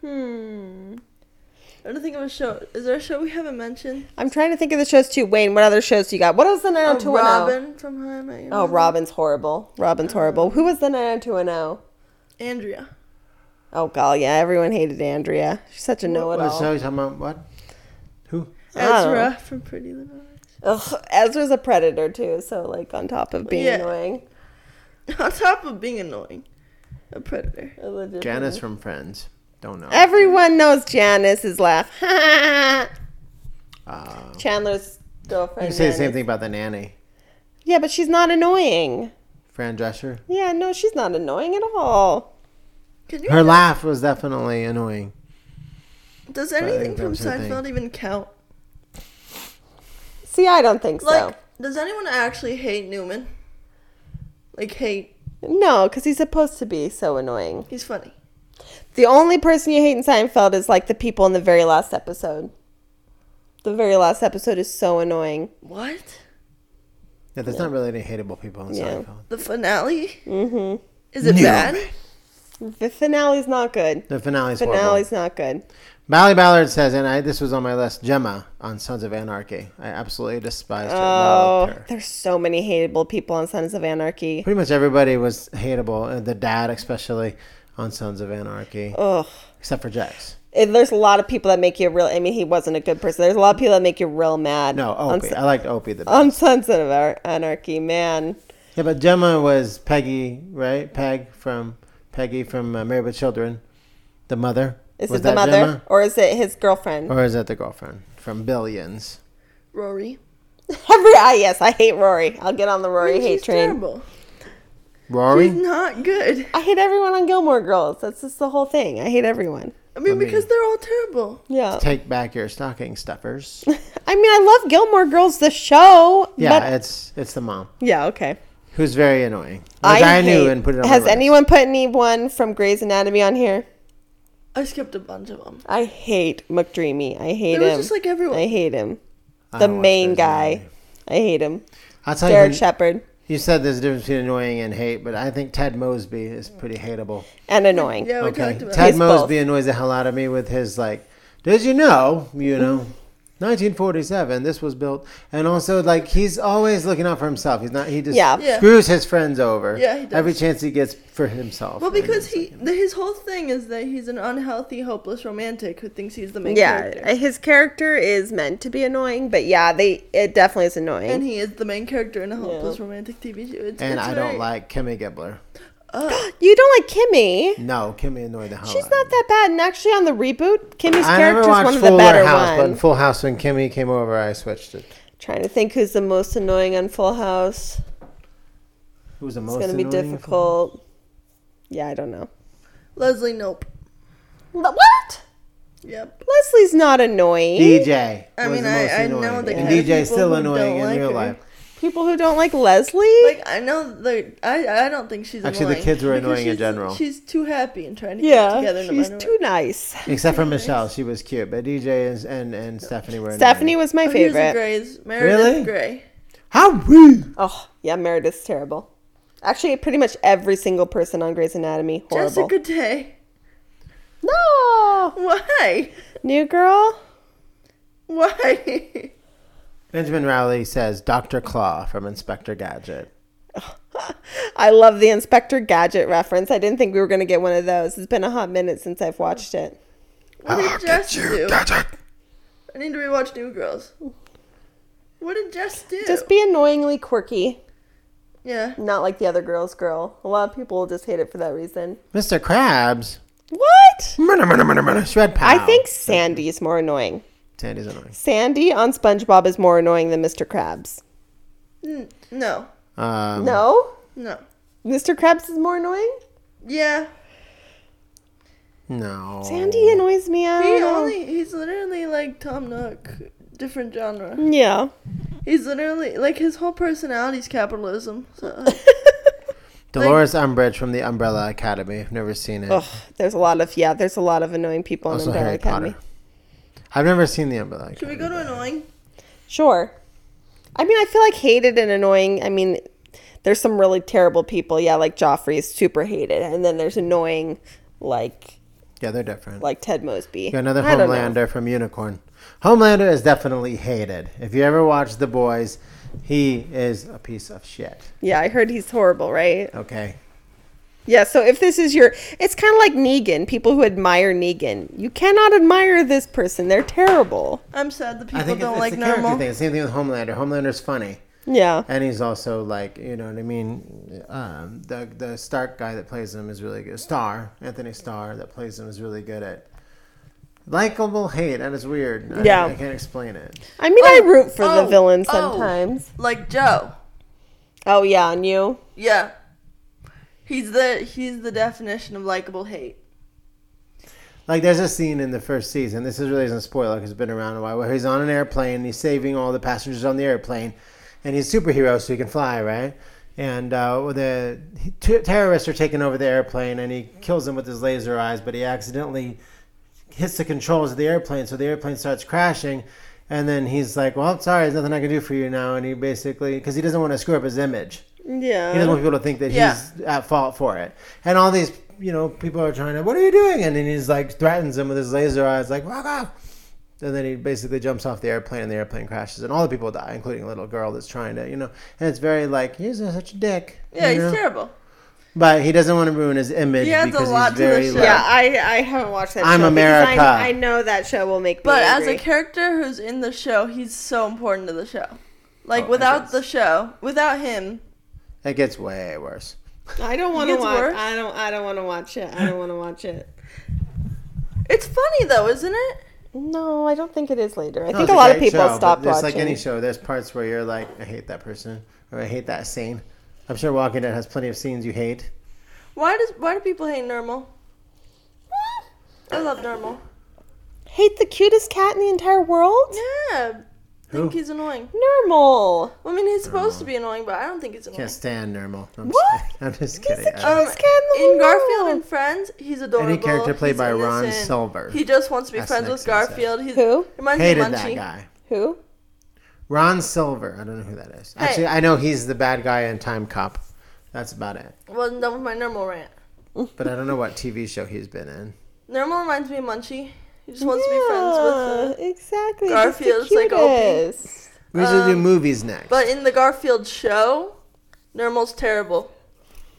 Speaker 2: Hmm. I don't think of a show. Is there a show we haven't mentioned?
Speaker 1: I'm trying to think of the shows too. Wayne, what other shows do you got? What was the
Speaker 2: Oh,
Speaker 1: 90210?
Speaker 2: Robin from High Met Your
Speaker 1: Oh,
Speaker 2: Mother.
Speaker 1: Robin's horrible. Robin's horrible. Who was the 90210?
Speaker 2: Andrea.
Speaker 1: Oh, golly, yeah, everyone hated Andrea. She's such a
Speaker 3: What was uh, the show
Speaker 1: know-it-all.
Speaker 3: you talking about? What? Who?
Speaker 1: Oh.
Speaker 2: Ezra from Pretty Little Liars.
Speaker 1: Ugh, Ezra's a predator too, so like on top of being
Speaker 2: Yeah.
Speaker 1: annoying,
Speaker 2: On top of being annoying, a predator.
Speaker 1: a legit
Speaker 3: Janice from Friends. Don't know.
Speaker 1: Everyone knows Janice's laugh.
Speaker 3: Uh,
Speaker 1: Chandler's
Speaker 3: you
Speaker 1: girlfriend.
Speaker 3: say the same
Speaker 1: Janice.
Speaker 3: thing about the nanny.
Speaker 1: Yeah, but she's not annoying.
Speaker 3: Fran Drescher.
Speaker 1: Yeah, no, she's not annoying at all.
Speaker 2: Can you?
Speaker 3: Her laugh was definitely annoying.
Speaker 2: does anything
Speaker 3: that
Speaker 2: from
Speaker 3: was her thing.
Speaker 2: Seinfeld even count?
Speaker 1: See, I don't think
Speaker 2: Like, does anyone actually hate Newman? Like, hate?
Speaker 1: so. No, because he's supposed to be so annoying.
Speaker 2: He's funny.
Speaker 1: The only person you hate in Seinfeld is like the people in the very last episode. The very last episode is so annoying.
Speaker 2: What?
Speaker 3: Yeah, there's not really any hateable people in
Speaker 1: Yeah.
Speaker 3: Seinfeld.
Speaker 2: The finale? Mm-hmm. Is it
Speaker 3: Newman.
Speaker 2: bad?
Speaker 1: The finale's not good.
Speaker 3: The finale's,
Speaker 1: Finale's
Speaker 3: finale's
Speaker 1: not good.
Speaker 3: Bally Ballard says, and I, this was on my list, Gemma on Sons of Anarchy. I absolutely despised her. loved
Speaker 1: Oh,
Speaker 3: her.
Speaker 1: there's so many hateable people on Sons of Anarchy.
Speaker 3: Pretty much everybody was hateable, and the dad especially on Sons of Anarchy,
Speaker 1: Ugh.
Speaker 3: except for Jax.
Speaker 1: And there's a lot of people that make you real. I mean, he wasn't a good person. There's a lot of people that make you real mad.
Speaker 3: No, oh,
Speaker 1: on, Um,
Speaker 3: Opie. I liked Opie the best.
Speaker 1: on Sons of Ar- Anarchy, man.
Speaker 3: yeah, but Gemma was Peggy, right? Peg from Peggy from uh, Married with Children, the mother.
Speaker 1: Is
Speaker 3: was
Speaker 1: it the
Speaker 3: that
Speaker 1: mother
Speaker 3: Gemma? Oh.
Speaker 1: or is it his girlfriend?
Speaker 3: or is that the girlfriend from Billions?
Speaker 2: Rory.
Speaker 1: Every ah, yes, I hate Rory. I'll get on the Rory hate
Speaker 2: He's
Speaker 1: train.
Speaker 2: terrible.
Speaker 3: Rory.
Speaker 2: He's not good.
Speaker 1: I hate everyone on Gilmore Girls. That's just the whole thing. I hate everyone.
Speaker 2: I mean,
Speaker 3: I mean-
Speaker 2: because they're all terrible.
Speaker 1: Yeah,
Speaker 3: Take back your stocking stuffers.
Speaker 1: I mean, I love Gilmore Girls, the show.
Speaker 3: Yeah,
Speaker 1: but,
Speaker 3: it's it's the mom
Speaker 1: yeah, okay.
Speaker 3: who's very annoying. Which I, knew
Speaker 1: hate-
Speaker 3: and put it on.
Speaker 1: Has
Speaker 3: my list.
Speaker 1: anyone put anyone from Grey's Anatomy on here?
Speaker 2: I skipped a bunch of them.
Speaker 1: I hate McDreamy. I hate
Speaker 2: It was
Speaker 1: him.
Speaker 2: just like everyone.
Speaker 1: I hate him.
Speaker 3: I
Speaker 1: the
Speaker 3: don't watch
Speaker 1: main
Speaker 3: Grey's
Speaker 1: guy.
Speaker 3: Anatomy.
Speaker 1: I hate him.
Speaker 3: I'll tell
Speaker 1: Derek
Speaker 3: you. who-
Speaker 1: Shepard
Speaker 3: You said there's a difference between annoying and hate, but I think Ted Mosby is pretty hateable.
Speaker 1: and annoying.
Speaker 2: Yeah, we
Speaker 3: Okay.
Speaker 2: talked about
Speaker 3: Ted
Speaker 1: He's
Speaker 3: Mosby annoys the hell out of me with his like, did you know, you know, 1947, this was built, and also like he's always looking out for himself. He's not. He just
Speaker 1: Yeah.
Speaker 2: Yeah.
Speaker 3: screws his friends over.
Speaker 2: Yeah, he does.
Speaker 3: Every chance he gets for himself.
Speaker 2: Well,
Speaker 3: And
Speaker 2: because
Speaker 3: it's
Speaker 2: he the, his whole thing is that he's an unhealthy, hopeless romantic who thinks he's the main character,
Speaker 1: Yeah, his character is meant to be annoying, but yeah, they it definitely is annoying.
Speaker 2: and he is the main character in a hopeless romantic TV show. It's,
Speaker 3: And
Speaker 2: it's
Speaker 3: I
Speaker 2: very-
Speaker 3: don't like Kimmy Gibbler.
Speaker 1: you don't like Kimmy.
Speaker 3: No, Kimmy annoyed the hell
Speaker 1: She's
Speaker 3: out
Speaker 1: not
Speaker 3: of me.
Speaker 1: that bad, and actually, on the reboot, Kimmy's
Speaker 3: I
Speaker 1: character
Speaker 3: never
Speaker 1: is
Speaker 3: watched
Speaker 1: one of the
Speaker 3: Fuller
Speaker 1: better
Speaker 3: House, but in
Speaker 1: ones.
Speaker 3: Full House when Kimmy came over, I switched it.
Speaker 1: Trying to think who's the most annoying on Full House.
Speaker 3: It was the
Speaker 1: It's
Speaker 3: most
Speaker 1: going to be
Speaker 3: annoying-
Speaker 1: difficult. Yeah, I don't know.
Speaker 2: Leslie. Nope.
Speaker 1: What?
Speaker 2: Yep.
Speaker 1: Leslie's not annoying.
Speaker 3: DJ.
Speaker 2: I
Speaker 3: was
Speaker 2: mean,
Speaker 3: the
Speaker 2: I-
Speaker 3: most
Speaker 2: I
Speaker 3: annoying.
Speaker 2: know the
Speaker 3: and
Speaker 2: kind of
Speaker 3: DJ's
Speaker 2: people
Speaker 3: still
Speaker 2: who
Speaker 3: annoying
Speaker 2: don't
Speaker 3: in
Speaker 2: like
Speaker 3: real
Speaker 2: her.
Speaker 3: life.
Speaker 1: People who don't like Leslie?
Speaker 2: Like I know the I I don't think she's
Speaker 3: Actually, the
Speaker 2: annoying
Speaker 3: kids were
Speaker 2: because
Speaker 3: annoying in
Speaker 2: she's-
Speaker 3: general.
Speaker 2: She's too happy and trying to get it
Speaker 1: yeah,
Speaker 2: together. no
Speaker 1: she's
Speaker 2: matter
Speaker 1: too nice.
Speaker 3: Except for Michelle, she was cute. But DJ is, and and Stephanie were.
Speaker 1: Stephanie was my
Speaker 2: what. Oh, here's a
Speaker 1: favorite.
Speaker 2: Gray's Meredith
Speaker 3: Really?
Speaker 2: Gray.
Speaker 3: How rude!
Speaker 1: Oh, yeah, Meredith's terrible. Actually, pretty much every single person on Grey's Anatomy, horrible.
Speaker 2: Jessica Day.
Speaker 1: No!
Speaker 2: Why?
Speaker 1: New girl?
Speaker 2: Why?
Speaker 3: Benjamin Rowley says Doctor Claw from Inspector Gadget.
Speaker 1: I love the Inspector Gadget reference. I didn't think we were going to get one of those. It's been a hot minute since I've watched it.
Speaker 2: What did Jess do? I need to rewatch New Girls. What did Jess do?
Speaker 1: Just be annoyingly quirky,
Speaker 2: yeah.
Speaker 1: not like the other girls' girl. A lot of people will just hate it for that reason.
Speaker 3: Mr. Krabs.
Speaker 1: What?
Speaker 3: Murder, murder, murder, murder. Shred pow.
Speaker 1: I think Sandy's more annoying.
Speaker 3: Sandy's annoying.
Speaker 1: Sandy on SpongeBob is more annoying than Mr. Krabs.
Speaker 2: N- Mm, no.
Speaker 3: Um,
Speaker 1: No?
Speaker 2: No.
Speaker 1: Mr. Krabs is more annoying?
Speaker 2: Yeah.
Speaker 3: No.
Speaker 1: Sandy annoys me. I
Speaker 2: He
Speaker 1: don't know.
Speaker 2: only he's literally like Tom Nook, different genre.
Speaker 1: Yeah.
Speaker 2: He's literally like his whole personality's capitalism. So
Speaker 3: Dolores Umbridge from the Umbrella Academy. I've never seen it.
Speaker 1: Ugh, there's a lot of yeah. There's a lot of annoying people in
Speaker 3: also
Speaker 1: Umbrella
Speaker 3: Harry
Speaker 1: Academy.
Speaker 3: Potter. I've never seen the Umbrella
Speaker 2: can we
Speaker 3: Academy.
Speaker 2: go to annoying?
Speaker 1: Sure. I mean, I feel like hated and annoying. I mean, there's some really terrible people. Yeah, like Joffrey is super hated, and then there's annoying, like
Speaker 3: Yeah, they're different.
Speaker 1: like Ted Mosby.
Speaker 3: Got another
Speaker 1: I don't know.
Speaker 3: Homelander from Unicorn. Homelander is definitely hated. If you ever watch The Boys, he is a piece of shit.
Speaker 1: Yeah, I heard he's horrible, right?
Speaker 3: Okay.
Speaker 1: Yeah. So if this is your, it's kind of like Negan. People who admire Negan, you cannot admire this person. They're terrible.
Speaker 2: I'm sad the people
Speaker 3: I think it's,
Speaker 2: don't
Speaker 3: it's
Speaker 2: like
Speaker 3: the character
Speaker 2: normal.
Speaker 3: thing. It's the Same thing with Homelander. Homelander's funny,
Speaker 1: Yeah.
Speaker 3: and he's also like, you know what I mean. Um, the the Stark guy that plays him is really good. Star Anthony Starr that plays him is really good at likable hate, and it's weird. I-
Speaker 1: Yeah.
Speaker 3: I, can't explain it.
Speaker 1: I mean, I
Speaker 2: Oh,
Speaker 1: root for the
Speaker 2: oh,
Speaker 1: villain
Speaker 2: oh.
Speaker 1: sometimes.
Speaker 2: Like Joe.
Speaker 1: Oh, yeah, and you?
Speaker 2: Yeah. He's the he's the definition of likable hate.
Speaker 3: Like there's a scene in the first season. This is really isn't a spoiler because it's been around a while. Where he's on an airplane, he's saving all the passengers on the airplane, and he's a superhero so he can fly, right? And uh, the t- terrorists are taking over the airplane, and he kills them with his laser eyes. But he accidentally hits the controls of the airplane, so the airplane starts crashing. And then he's like, "Well, I'm sorry, there's nothing I can do for you now." And he basically, because he doesn't want to screw up his image. He doesn't
Speaker 1: Yeah.
Speaker 3: want people to think that
Speaker 2: Yeah.
Speaker 3: he's at fault for it. And all these, you know, people are trying to, what are you doing? And then he's like, threatens him with his laser eyes, like, walk off. And then he basically jumps off the airplane and the airplane crashes. And all the people die, including a little girl that's trying to, you know. And it's very like, he's such a dick.
Speaker 2: Yeah,
Speaker 3: you
Speaker 2: he's
Speaker 3: know?
Speaker 2: terrible.
Speaker 3: But he doesn't want to ruin his image
Speaker 2: He adds a
Speaker 3: because
Speaker 2: lot
Speaker 3: he's
Speaker 2: to the
Speaker 3: very
Speaker 2: show.
Speaker 3: like,
Speaker 1: Yeah, I, I haven't watched that
Speaker 3: I'm
Speaker 1: show. because
Speaker 3: America.
Speaker 1: I, I know that show will make me
Speaker 2: But as
Speaker 1: angry.
Speaker 2: a character who's in the show, he's so important to the show. Like
Speaker 3: Oh, I
Speaker 2: without
Speaker 3: guess.
Speaker 2: the show, without him,
Speaker 3: it gets way worse.
Speaker 1: I don't want to
Speaker 2: gets
Speaker 1: watch.
Speaker 2: worse.
Speaker 1: I don't. I don't want to watch it. I don't want to watch it.
Speaker 2: it's funny though, isn't it?
Speaker 1: No, I don't think it is later. I
Speaker 3: No,
Speaker 1: think
Speaker 3: it's
Speaker 1: a lot of
Speaker 3: great
Speaker 1: people
Speaker 3: show, but
Speaker 1: stopped watching.
Speaker 3: It's like any show. There's parts where you're like, I hate that person or I hate that scene. I'm sure Walking Dead has plenty of scenes you hate.
Speaker 2: Why does why do people hate normal? I love normal.
Speaker 1: Hate the cutest cat in the entire world?
Speaker 2: Yeah. I
Speaker 3: Who?
Speaker 2: think he's annoying.
Speaker 1: Normal.
Speaker 2: Well, I mean, he's supposed to be annoying, but I don't think he's annoying.
Speaker 3: Can't stand normal. I'm
Speaker 1: What?
Speaker 3: Just, I'm just
Speaker 1: He's
Speaker 3: kidding.
Speaker 1: the
Speaker 3: Uh,
Speaker 1: cutest cat in the whole
Speaker 2: In Garfield
Speaker 1: world.
Speaker 2: and Friends, he's adorable.
Speaker 3: Any character played
Speaker 2: he's
Speaker 3: by Ron
Speaker 2: innocent.
Speaker 3: Silver.
Speaker 2: He just wants to be
Speaker 3: That's
Speaker 2: friends
Speaker 3: next
Speaker 2: with
Speaker 3: to himself.
Speaker 2: Garfield. He's
Speaker 1: Who?
Speaker 2: reminds me
Speaker 3: hated
Speaker 2: of
Speaker 3: that
Speaker 2: Munchie.
Speaker 3: guy.
Speaker 1: Who?
Speaker 3: Ron Silver. I don't know who that is.
Speaker 2: Hey.
Speaker 3: Actually, I know he's the bad guy in Time Cop. That's about it.
Speaker 2: Wasn't done with my normal rant.
Speaker 3: But I don't know what TV show he's been in.
Speaker 2: Normal reminds me of Munchie. He just wants to be friends with. Uh,
Speaker 1: Yeah, exactly.
Speaker 2: Garfield's, like, Opie.
Speaker 1: cutest.
Speaker 3: We should
Speaker 1: Um,
Speaker 3: do movies next.
Speaker 2: but in the Garfield show, Normal's terrible.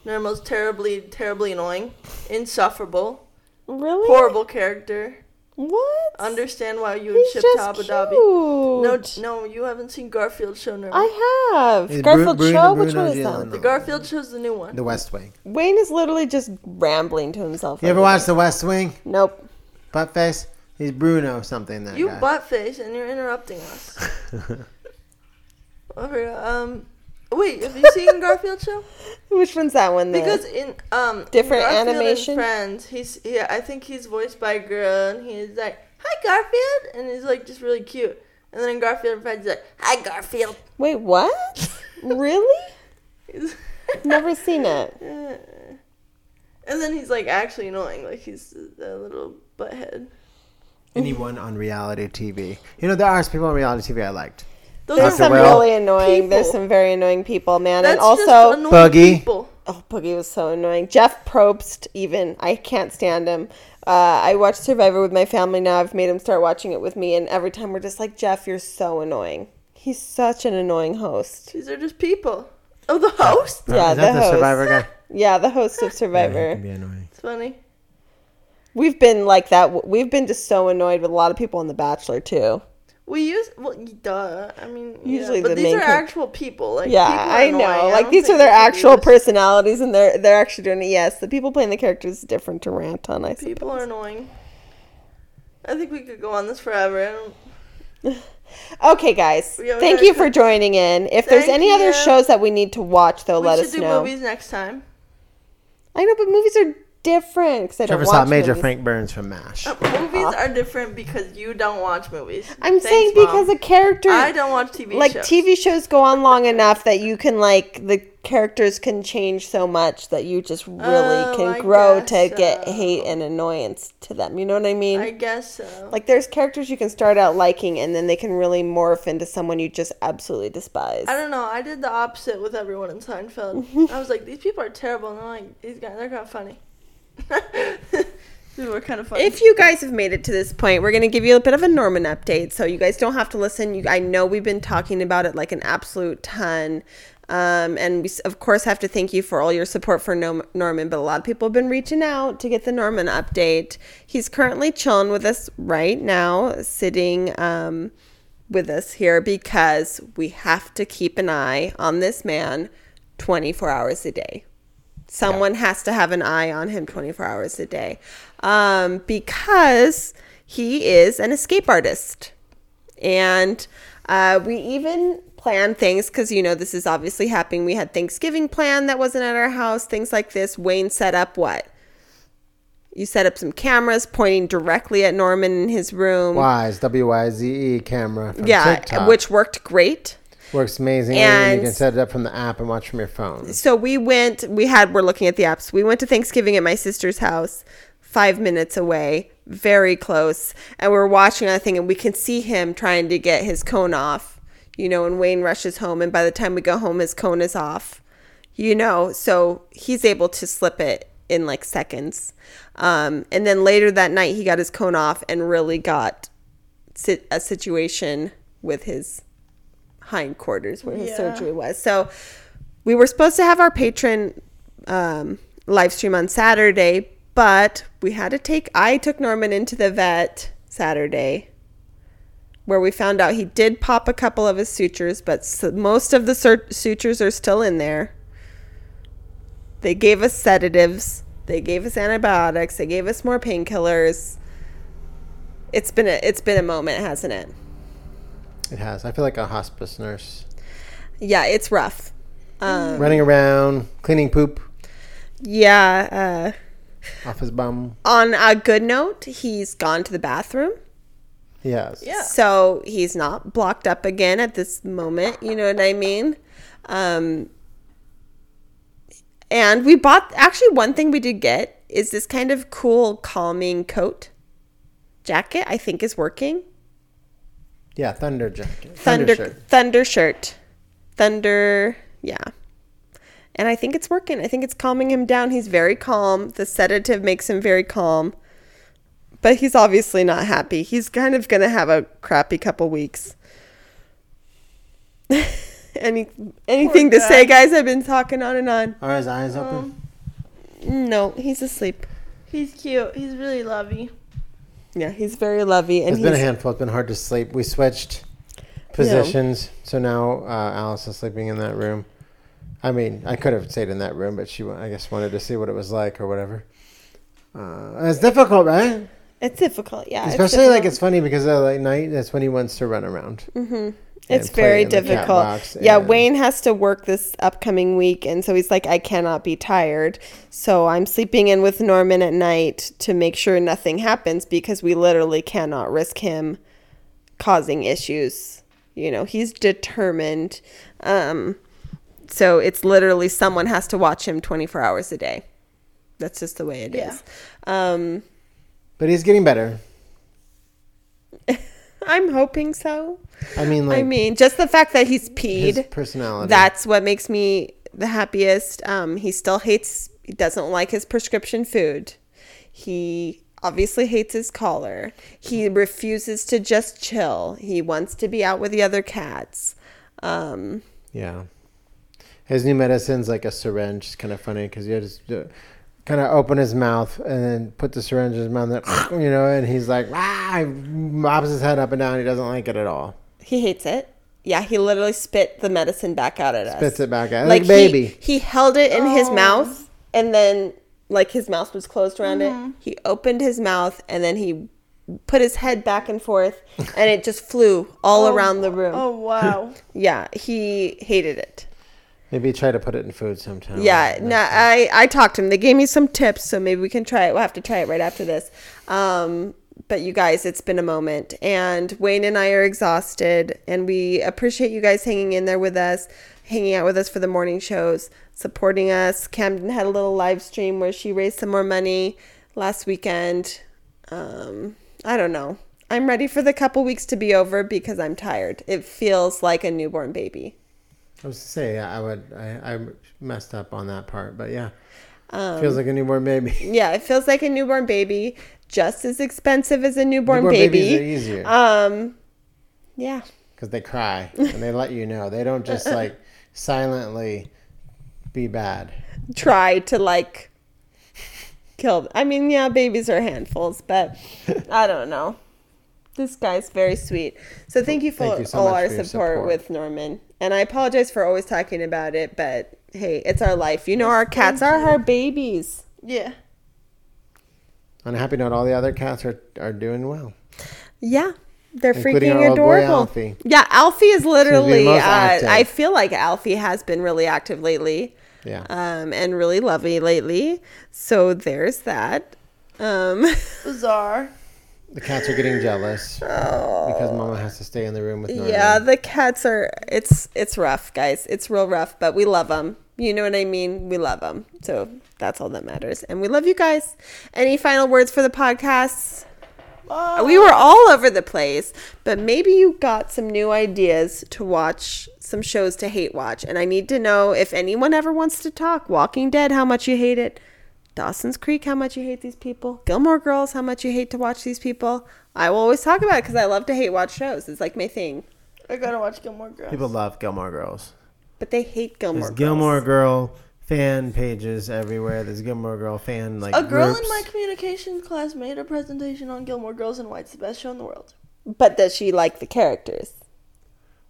Speaker 2: Normal's terribly, terribly annoying, insufferable,
Speaker 1: Really?
Speaker 2: horrible character.
Speaker 1: What?
Speaker 2: Understand why you would
Speaker 1: He's
Speaker 2: ship
Speaker 1: just
Speaker 2: Tabba
Speaker 1: cute.
Speaker 2: Dabby. No, no, you haven't seen Garfield show Normal.
Speaker 1: I have
Speaker 3: Is Bru-
Speaker 1: Garfield
Speaker 3: Bruno-
Speaker 1: show. Which
Speaker 3: Bruno
Speaker 1: one is
Speaker 3: Giuliani.
Speaker 1: that?
Speaker 2: the Garfield show's the new one.
Speaker 3: the West Wing.
Speaker 1: Wayne is literally just rambling to himself.
Speaker 3: You ever
Speaker 1: over
Speaker 3: watch The West Wing?
Speaker 1: there. Nope.
Speaker 3: Buttface? He's Bruno something. That
Speaker 2: You
Speaker 3: guy.
Speaker 2: buttface and you're interrupting us. Over. Um, wait, have you seen Garfield show?
Speaker 1: Which one's that one? There?
Speaker 2: Because in um in
Speaker 1: Different
Speaker 2: Garfield and
Speaker 1: animation?
Speaker 2: Friends, he's yeah. I think he's voiced by Grill, and he's like, "Hi Garfield," and he's like just really cute. And then in Garfield and Friends, he's like, "Hi Garfield."
Speaker 1: wait, what? really?
Speaker 2: He's-
Speaker 1: Never seen it.
Speaker 2: and then he's like actually annoying, like he's a little butthead.
Speaker 3: Anyone on reality TV? You know there are people on reality TV I liked.
Speaker 2: Those
Speaker 1: There's
Speaker 3: That's
Speaker 1: some
Speaker 3: a well-
Speaker 1: really annoying. There's
Speaker 2: people.
Speaker 1: some very annoying people, man.
Speaker 2: That's
Speaker 1: and also,
Speaker 2: just annoying
Speaker 3: Buggy.
Speaker 2: people.
Speaker 1: Oh, Boogie was so annoying. Jeff Probst, even. I can't stand him. Uh, I watch Survivor with my family now. I've made him start watching it with me, and every time we're just like, Jeff, you're so annoying. He's such an annoying host.
Speaker 2: These are just people. Oh, the host.
Speaker 1: Yeah,
Speaker 3: is that
Speaker 1: the
Speaker 3: the,
Speaker 1: host.
Speaker 3: Survivor guy?
Speaker 1: Yeah, the host of
Speaker 3: Yeah, he
Speaker 1: Survivor.
Speaker 3: can be annoying.
Speaker 2: It's funny.
Speaker 1: We've been like that. We've been just so annoyed with a lot of people on The Bachelor, too.
Speaker 2: We use well, y- duh. I mean,
Speaker 1: Usually
Speaker 2: yeah, but
Speaker 1: the
Speaker 2: these
Speaker 1: main
Speaker 2: are
Speaker 1: con-
Speaker 2: actual people. Like,
Speaker 1: Yeah,
Speaker 2: people are
Speaker 1: I know.
Speaker 2: annoying. I
Speaker 1: like
Speaker 2: don't
Speaker 1: these
Speaker 2: think
Speaker 1: are their
Speaker 2: we should do
Speaker 1: actual
Speaker 2: this.
Speaker 1: personalities, and they're they're actually doing it. Yes, the people playing the characters is different to rant on. I suppose.
Speaker 2: People are annoying. I think we could go on this forever. I don't,
Speaker 1: Okay, guys.
Speaker 2: We are
Speaker 1: Thank
Speaker 2: very
Speaker 1: you for joining in. If there's
Speaker 2: Thank
Speaker 1: any other
Speaker 2: you.
Speaker 1: shows that we need to watch, though,
Speaker 2: we
Speaker 1: let
Speaker 2: should
Speaker 1: us
Speaker 2: do
Speaker 1: know.
Speaker 2: movies next time.
Speaker 1: I know, but movies are different because I don't
Speaker 3: Trevor
Speaker 1: watch
Speaker 3: saw Major
Speaker 1: movies. Oh.
Speaker 3: Frank Burns from MASH.
Speaker 2: Uh, movies are different because you don't watch movies.
Speaker 1: I'm
Speaker 2: Thanks,
Speaker 1: saying because
Speaker 2: Mom.
Speaker 1: a character,
Speaker 2: I don't watch TV
Speaker 1: like
Speaker 2: shows.
Speaker 1: TV shows, go on long enough that you can like the characters can change so much that you just really
Speaker 2: Oh,
Speaker 1: can
Speaker 2: I
Speaker 1: grow to
Speaker 2: guess
Speaker 1: get
Speaker 2: so.
Speaker 1: hate and annoyance to them. You know what I mean?
Speaker 2: I guess so.
Speaker 1: like there's characters you can start out liking and then they can really morph into someone you just absolutely despise.
Speaker 2: I don't know. I did the opposite with everyone in Seinfeld. I was like, these people are terrible, and I'm like, these guys, they're kind of funny. these were kind of funny.
Speaker 1: If you guys have made it to this point, we're going to give you a bit of a Norman update. So you guys don't have to listen. You, I know we've been talking about it like an absolute ton. Um, and we, s- of course, have to thank you for all your support for Nom- Norman. But a lot of people have been reaching out to get the Norman update. He's currently chilling with us right now, sitting um, with us here because we have to keep an eye on this man 24 hours a day. Someone has to have an eye on him 24 hours a day um, because he is an escape artist. And uh, we even planned things because, you know, this is obviously happening. We had Thanksgiving planned that wasn't at our house, things like this. Wayne set up what? You set up some cameras pointing directly at Norman in his room.
Speaker 3: Wise W Y Z E camera from
Speaker 1: Yeah,
Speaker 3: TikTok.
Speaker 1: which worked great.
Speaker 3: works amazingly,
Speaker 1: and-
Speaker 3: and you can set it up from the app and watch from your phone.
Speaker 1: so we went we had we're looking at the apps we went to thanksgiving at my sister's house five minutes away very close and we're watching that thing and we can see him trying to get his cone off you know and wayne rushes home and by the time we go home his cone is off you know so he's able to slip it in like seconds um, and then later that night he got his cone off and really got sit- a situation with his hindquarters where his
Speaker 2: Yeah.
Speaker 1: surgery was. So we were supposed to have our patron um, live stream on Saturday, but we had to take. I took Norman into the vet Saturday, where we found out he did pop a couple of his sutures, but s most of the sur- sutures are still in there. They gave us sedatives. They gave us antibiotics. They gave us more painkillers. It's been a it's been a moment, hasn't it?
Speaker 3: It has. I feel like a hospice nurse
Speaker 1: Yeah, it's rough. Um,
Speaker 3: running around, cleaning poop
Speaker 1: yeah. Uh,
Speaker 3: off his bum.
Speaker 1: on a good note, he's gone to the bathroom.
Speaker 3: Yes.
Speaker 2: Yeah.
Speaker 1: So he's not blocked up again at this moment. You know what I mean? Um, and we bought actually one thing we did get is this kind of cool calming coat jacket. I think is working.
Speaker 3: Yeah, Thunder Jacket.
Speaker 1: Thunder
Speaker 3: shirt.
Speaker 1: Thunder shirt. Thunder yeah. And I think it's working. I think it's calming him down. He's very calm. The sedative makes him very calm. But he's obviously not happy. He's kind of gonna have a crappy couple weeks. Any anything to
Speaker 2: guy.
Speaker 1: say, guys? I've been talking on and on.
Speaker 3: Are his eyes open?
Speaker 1: No, he's asleep.
Speaker 2: He's cute. He's really lovey.
Speaker 1: Yeah, he's very lovey and
Speaker 3: It's been a
Speaker 1: he's
Speaker 3: handful. It's been hard to sleep. We switched positions, so now uh, Alice is sleeping in that room. I mean, I could have stayed in that room, but she, wa- I guess, wanted to see what it was like or whatever. Uh, it's difficult, right?
Speaker 1: Uh, it's difficult, yeah.
Speaker 3: Especially like
Speaker 1: difficult. Mm-hmm.
Speaker 3: it's funny because at like, night, that's when he wants to run around. and
Speaker 1: It's
Speaker 3: play
Speaker 1: very
Speaker 3: in the cat
Speaker 1: difficult.
Speaker 3: box
Speaker 1: Yeah,
Speaker 3: and-
Speaker 1: Wayne has to work this upcoming week, and so he's like, I cannot be tired. So I'm sleeping in with Norman at night to make sure nothing happens because we literally cannot risk him causing issues. You know, he's determined. Um, so it's literally someone has to watch him 24 hours a day. That's just the way it is.
Speaker 2: Yeah.
Speaker 1: Um,
Speaker 3: But he's getting better.
Speaker 1: I'm hoping so.
Speaker 3: I mean, like
Speaker 1: I mean, just the fact that he's peed.
Speaker 3: his personality.
Speaker 1: That's what makes me the happiest. Um, he still hates, he doesn't like his prescription food. He obviously hates his collar. He refuses to just chill. He wants to be out with the other cats. Um,
Speaker 3: Yeah. His new medicine's like a syringe. It's kind of funny because you just kind of uh, open his mouth and then put the syringe in his mouth, and then, you know, and he's like, ah, mobs his head up and down. He doesn't like it at all.
Speaker 1: he hates it. Yeah, he literally spit the medicine back out at us.
Speaker 3: Spits it back at like, like baby.
Speaker 1: He, he held it in
Speaker 2: Oh.
Speaker 1: his mouth and then like his mouth was closed around
Speaker 2: Mm-hmm.
Speaker 1: it. He opened his mouth and then he put his head back and forth and it just flew all around the room.
Speaker 2: Oh wow.
Speaker 1: Yeah, he hated it.
Speaker 3: Maybe try to put it in food sometime.
Speaker 1: Yeah, no, I I talked to him. They gave me some tips, so maybe we can try it. We'll have to try it right after this. Um, but you guys, it's been a moment, and Wayne and I are exhausted, and we appreciate you guys hanging in there with us, hanging out with us for the morning shows, supporting us. Camden had a little live stream where she raised some more money last weekend. Um, I don't know. I'm ready for the couple weeks to be over because I'm tired. It feels like a newborn baby.
Speaker 3: I was to say, yeah, I would, I, I messed up on that part, but yeah.
Speaker 1: Um,
Speaker 3: Feels like a newborn baby.
Speaker 1: Yeah, it feels like a newborn baby, just as expensive as a newborn,
Speaker 3: Newborn babies are
Speaker 1: baby.
Speaker 3: easier
Speaker 1: Um, yeah,
Speaker 3: because they cry and they let you know. They don't just like silently be bad.
Speaker 1: try to like kill. I mean, yeah, babies are handfuls, but I don't know. This guy's very sweet. So thank you for
Speaker 3: Thank you so
Speaker 1: all
Speaker 3: much
Speaker 1: our
Speaker 3: for your
Speaker 1: support,
Speaker 3: support.
Speaker 1: with Norman, and I apologize for always talking about it, but hey, it's our life. You know, our cats are our babies.
Speaker 2: Yeah.
Speaker 3: On a happy note, all the other cats are, are doing well.
Speaker 1: Yeah. They're
Speaker 3: Including
Speaker 1: freaking
Speaker 3: our old boy,
Speaker 1: adorable.
Speaker 3: Alfie.
Speaker 1: Yeah, Alfie is literally.
Speaker 3: most
Speaker 1: uh,
Speaker 3: active.
Speaker 1: I feel like Alfie has been really active lately,
Speaker 3: Yeah.
Speaker 2: Uh,
Speaker 1: um, and really lovely lately. So there's that. Um,
Speaker 2: Bizarre.
Speaker 3: the cats are getting jealous because mama has to stay in the room with Norman.
Speaker 1: yeah, the cats are. It's it's rough, guys. It's real rough, but we love them. You know what I mean? We love them. So that's all that matters, and we love you guys. Any final words for the podcast?
Speaker 2: Bye.
Speaker 1: we were all over the place, but maybe you got some new ideas to watch some shows to hate watch. And I need to know if anyone ever wants to talk Walking Dead, how much you hate it, Dawson's Creek, how much you hate these people, Gilmore Girls, how much you hate to watch these people. I will always talk about it because I love to hate watch shows. It's like my thing.
Speaker 2: I gotta watch Gilmore Girls.
Speaker 3: People love Gilmore Girls.
Speaker 1: But they hate Gilmore
Speaker 3: There's
Speaker 1: Girls.
Speaker 3: Gilmore Girl fan pages everywhere. There's Gilmore Girl fan like
Speaker 2: a girl in
Speaker 3: groups.
Speaker 2: my communication class made a presentation on Gilmore Girls and why it's the best show in the world.
Speaker 1: But does she like the characters?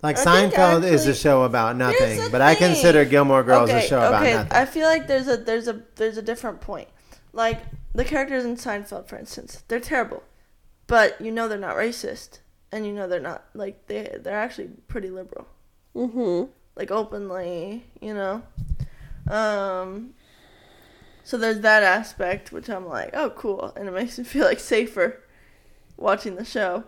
Speaker 3: like
Speaker 2: I think
Speaker 3: Seinfeld is
Speaker 2: actually-
Speaker 3: a show about nothing,
Speaker 2: Here's the
Speaker 3: but I
Speaker 2: thing.
Speaker 3: consider Gilmore Girls
Speaker 2: okay,
Speaker 3: a show about
Speaker 2: okay.
Speaker 3: nothing.
Speaker 2: I feel like there's a there's a there's a different point. Like the characters in Seinfeld, for instance, they're terrible, but you know they're not racist, and you know they're not like they they're actually pretty liberal,
Speaker 1: Mm hmm.
Speaker 2: like openly, you know. Um. So there's that aspect, which I'm like, oh, cool, and it makes me feel like safer watching the show.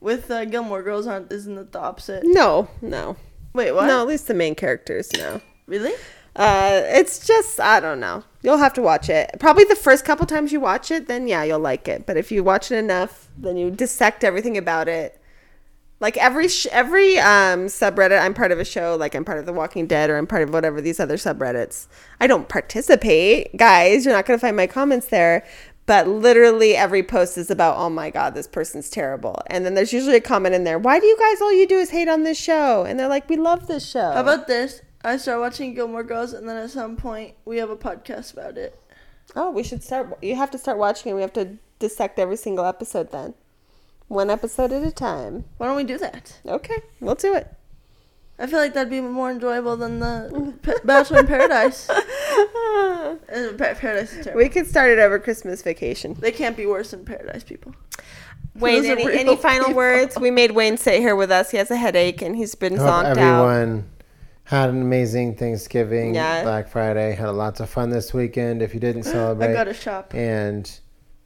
Speaker 2: With uh, Gilmore Girls, aren't isn't it the opposite?
Speaker 1: No, no.
Speaker 2: Wait, what?
Speaker 1: No, at least the main characters, no.
Speaker 2: Really?
Speaker 1: Uh, it's just I don't know. You'll have to watch it. Probably the first couple times you watch it, then yeah, you'll like it. But if you watch it enough, then you dissect everything about it. Like every sh- every um, subreddit, I'm part of a show. Like I'm part of The Walking Dead, or I'm part of whatever these other subreddits. I don't participate, guys. You're not gonna find my comments there. But literally every post is about, oh my god, this person's terrible. And then there's usually a comment in there. Why do you guys all you do is hate on this show? And they're like, we love this show.
Speaker 2: How about this? I start watching Gilmore Girls, and then at some point we have a podcast about it.
Speaker 1: Oh, we should start. You have to start watching it. We have to dissect every single episode then. One episode at a time.
Speaker 2: Why don't we do that?
Speaker 1: Okay, we'll do it.
Speaker 2: I feel like that'd be more enjoyable than the P- Bachelor in Paradise. Uh, Pa- Paradise is terrible.
Speaker 1: we could start it over Christmas vacation.
Speaker 2: they can't be worse than Paradise people.
Speaker 1: Wayne,
Speaker 2: Those are
Speaker 1: any,
Speaker 2: real
Speaker 1: any final
Speaker 2: people.
Speaker 1: words? We made Wayne sit here with us. He has a headache and he's been
Speaker 3: Hope
Speaker 1: zonked out.
Speaker 3: everyone had an amazing Thanksgiving,
Speaker 1: Yeah.
Speaker 3: Black Friday. Had lots of fun this weekend. If you didn't
Speaker 2: I
Speaker 3: celebrate,
Speaker 2: gotta shop.
Speaker 3: and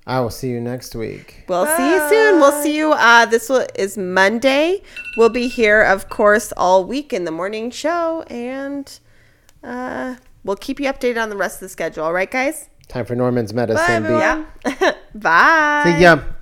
Speaker 3: I will see you next week.
Speaker 1: We'll see you soon. We'll see you. Uh, this will, is Monday. We'll be here, of course, all week in the morning show, and uh, we'll keep you updated on the rest of the schedule. All right, guys.
Speaker 3: Time for Norman's medicine.
Speaker 2: everyone.
Speaker 1: Yeah. Bye.
Speaker 3: See ya.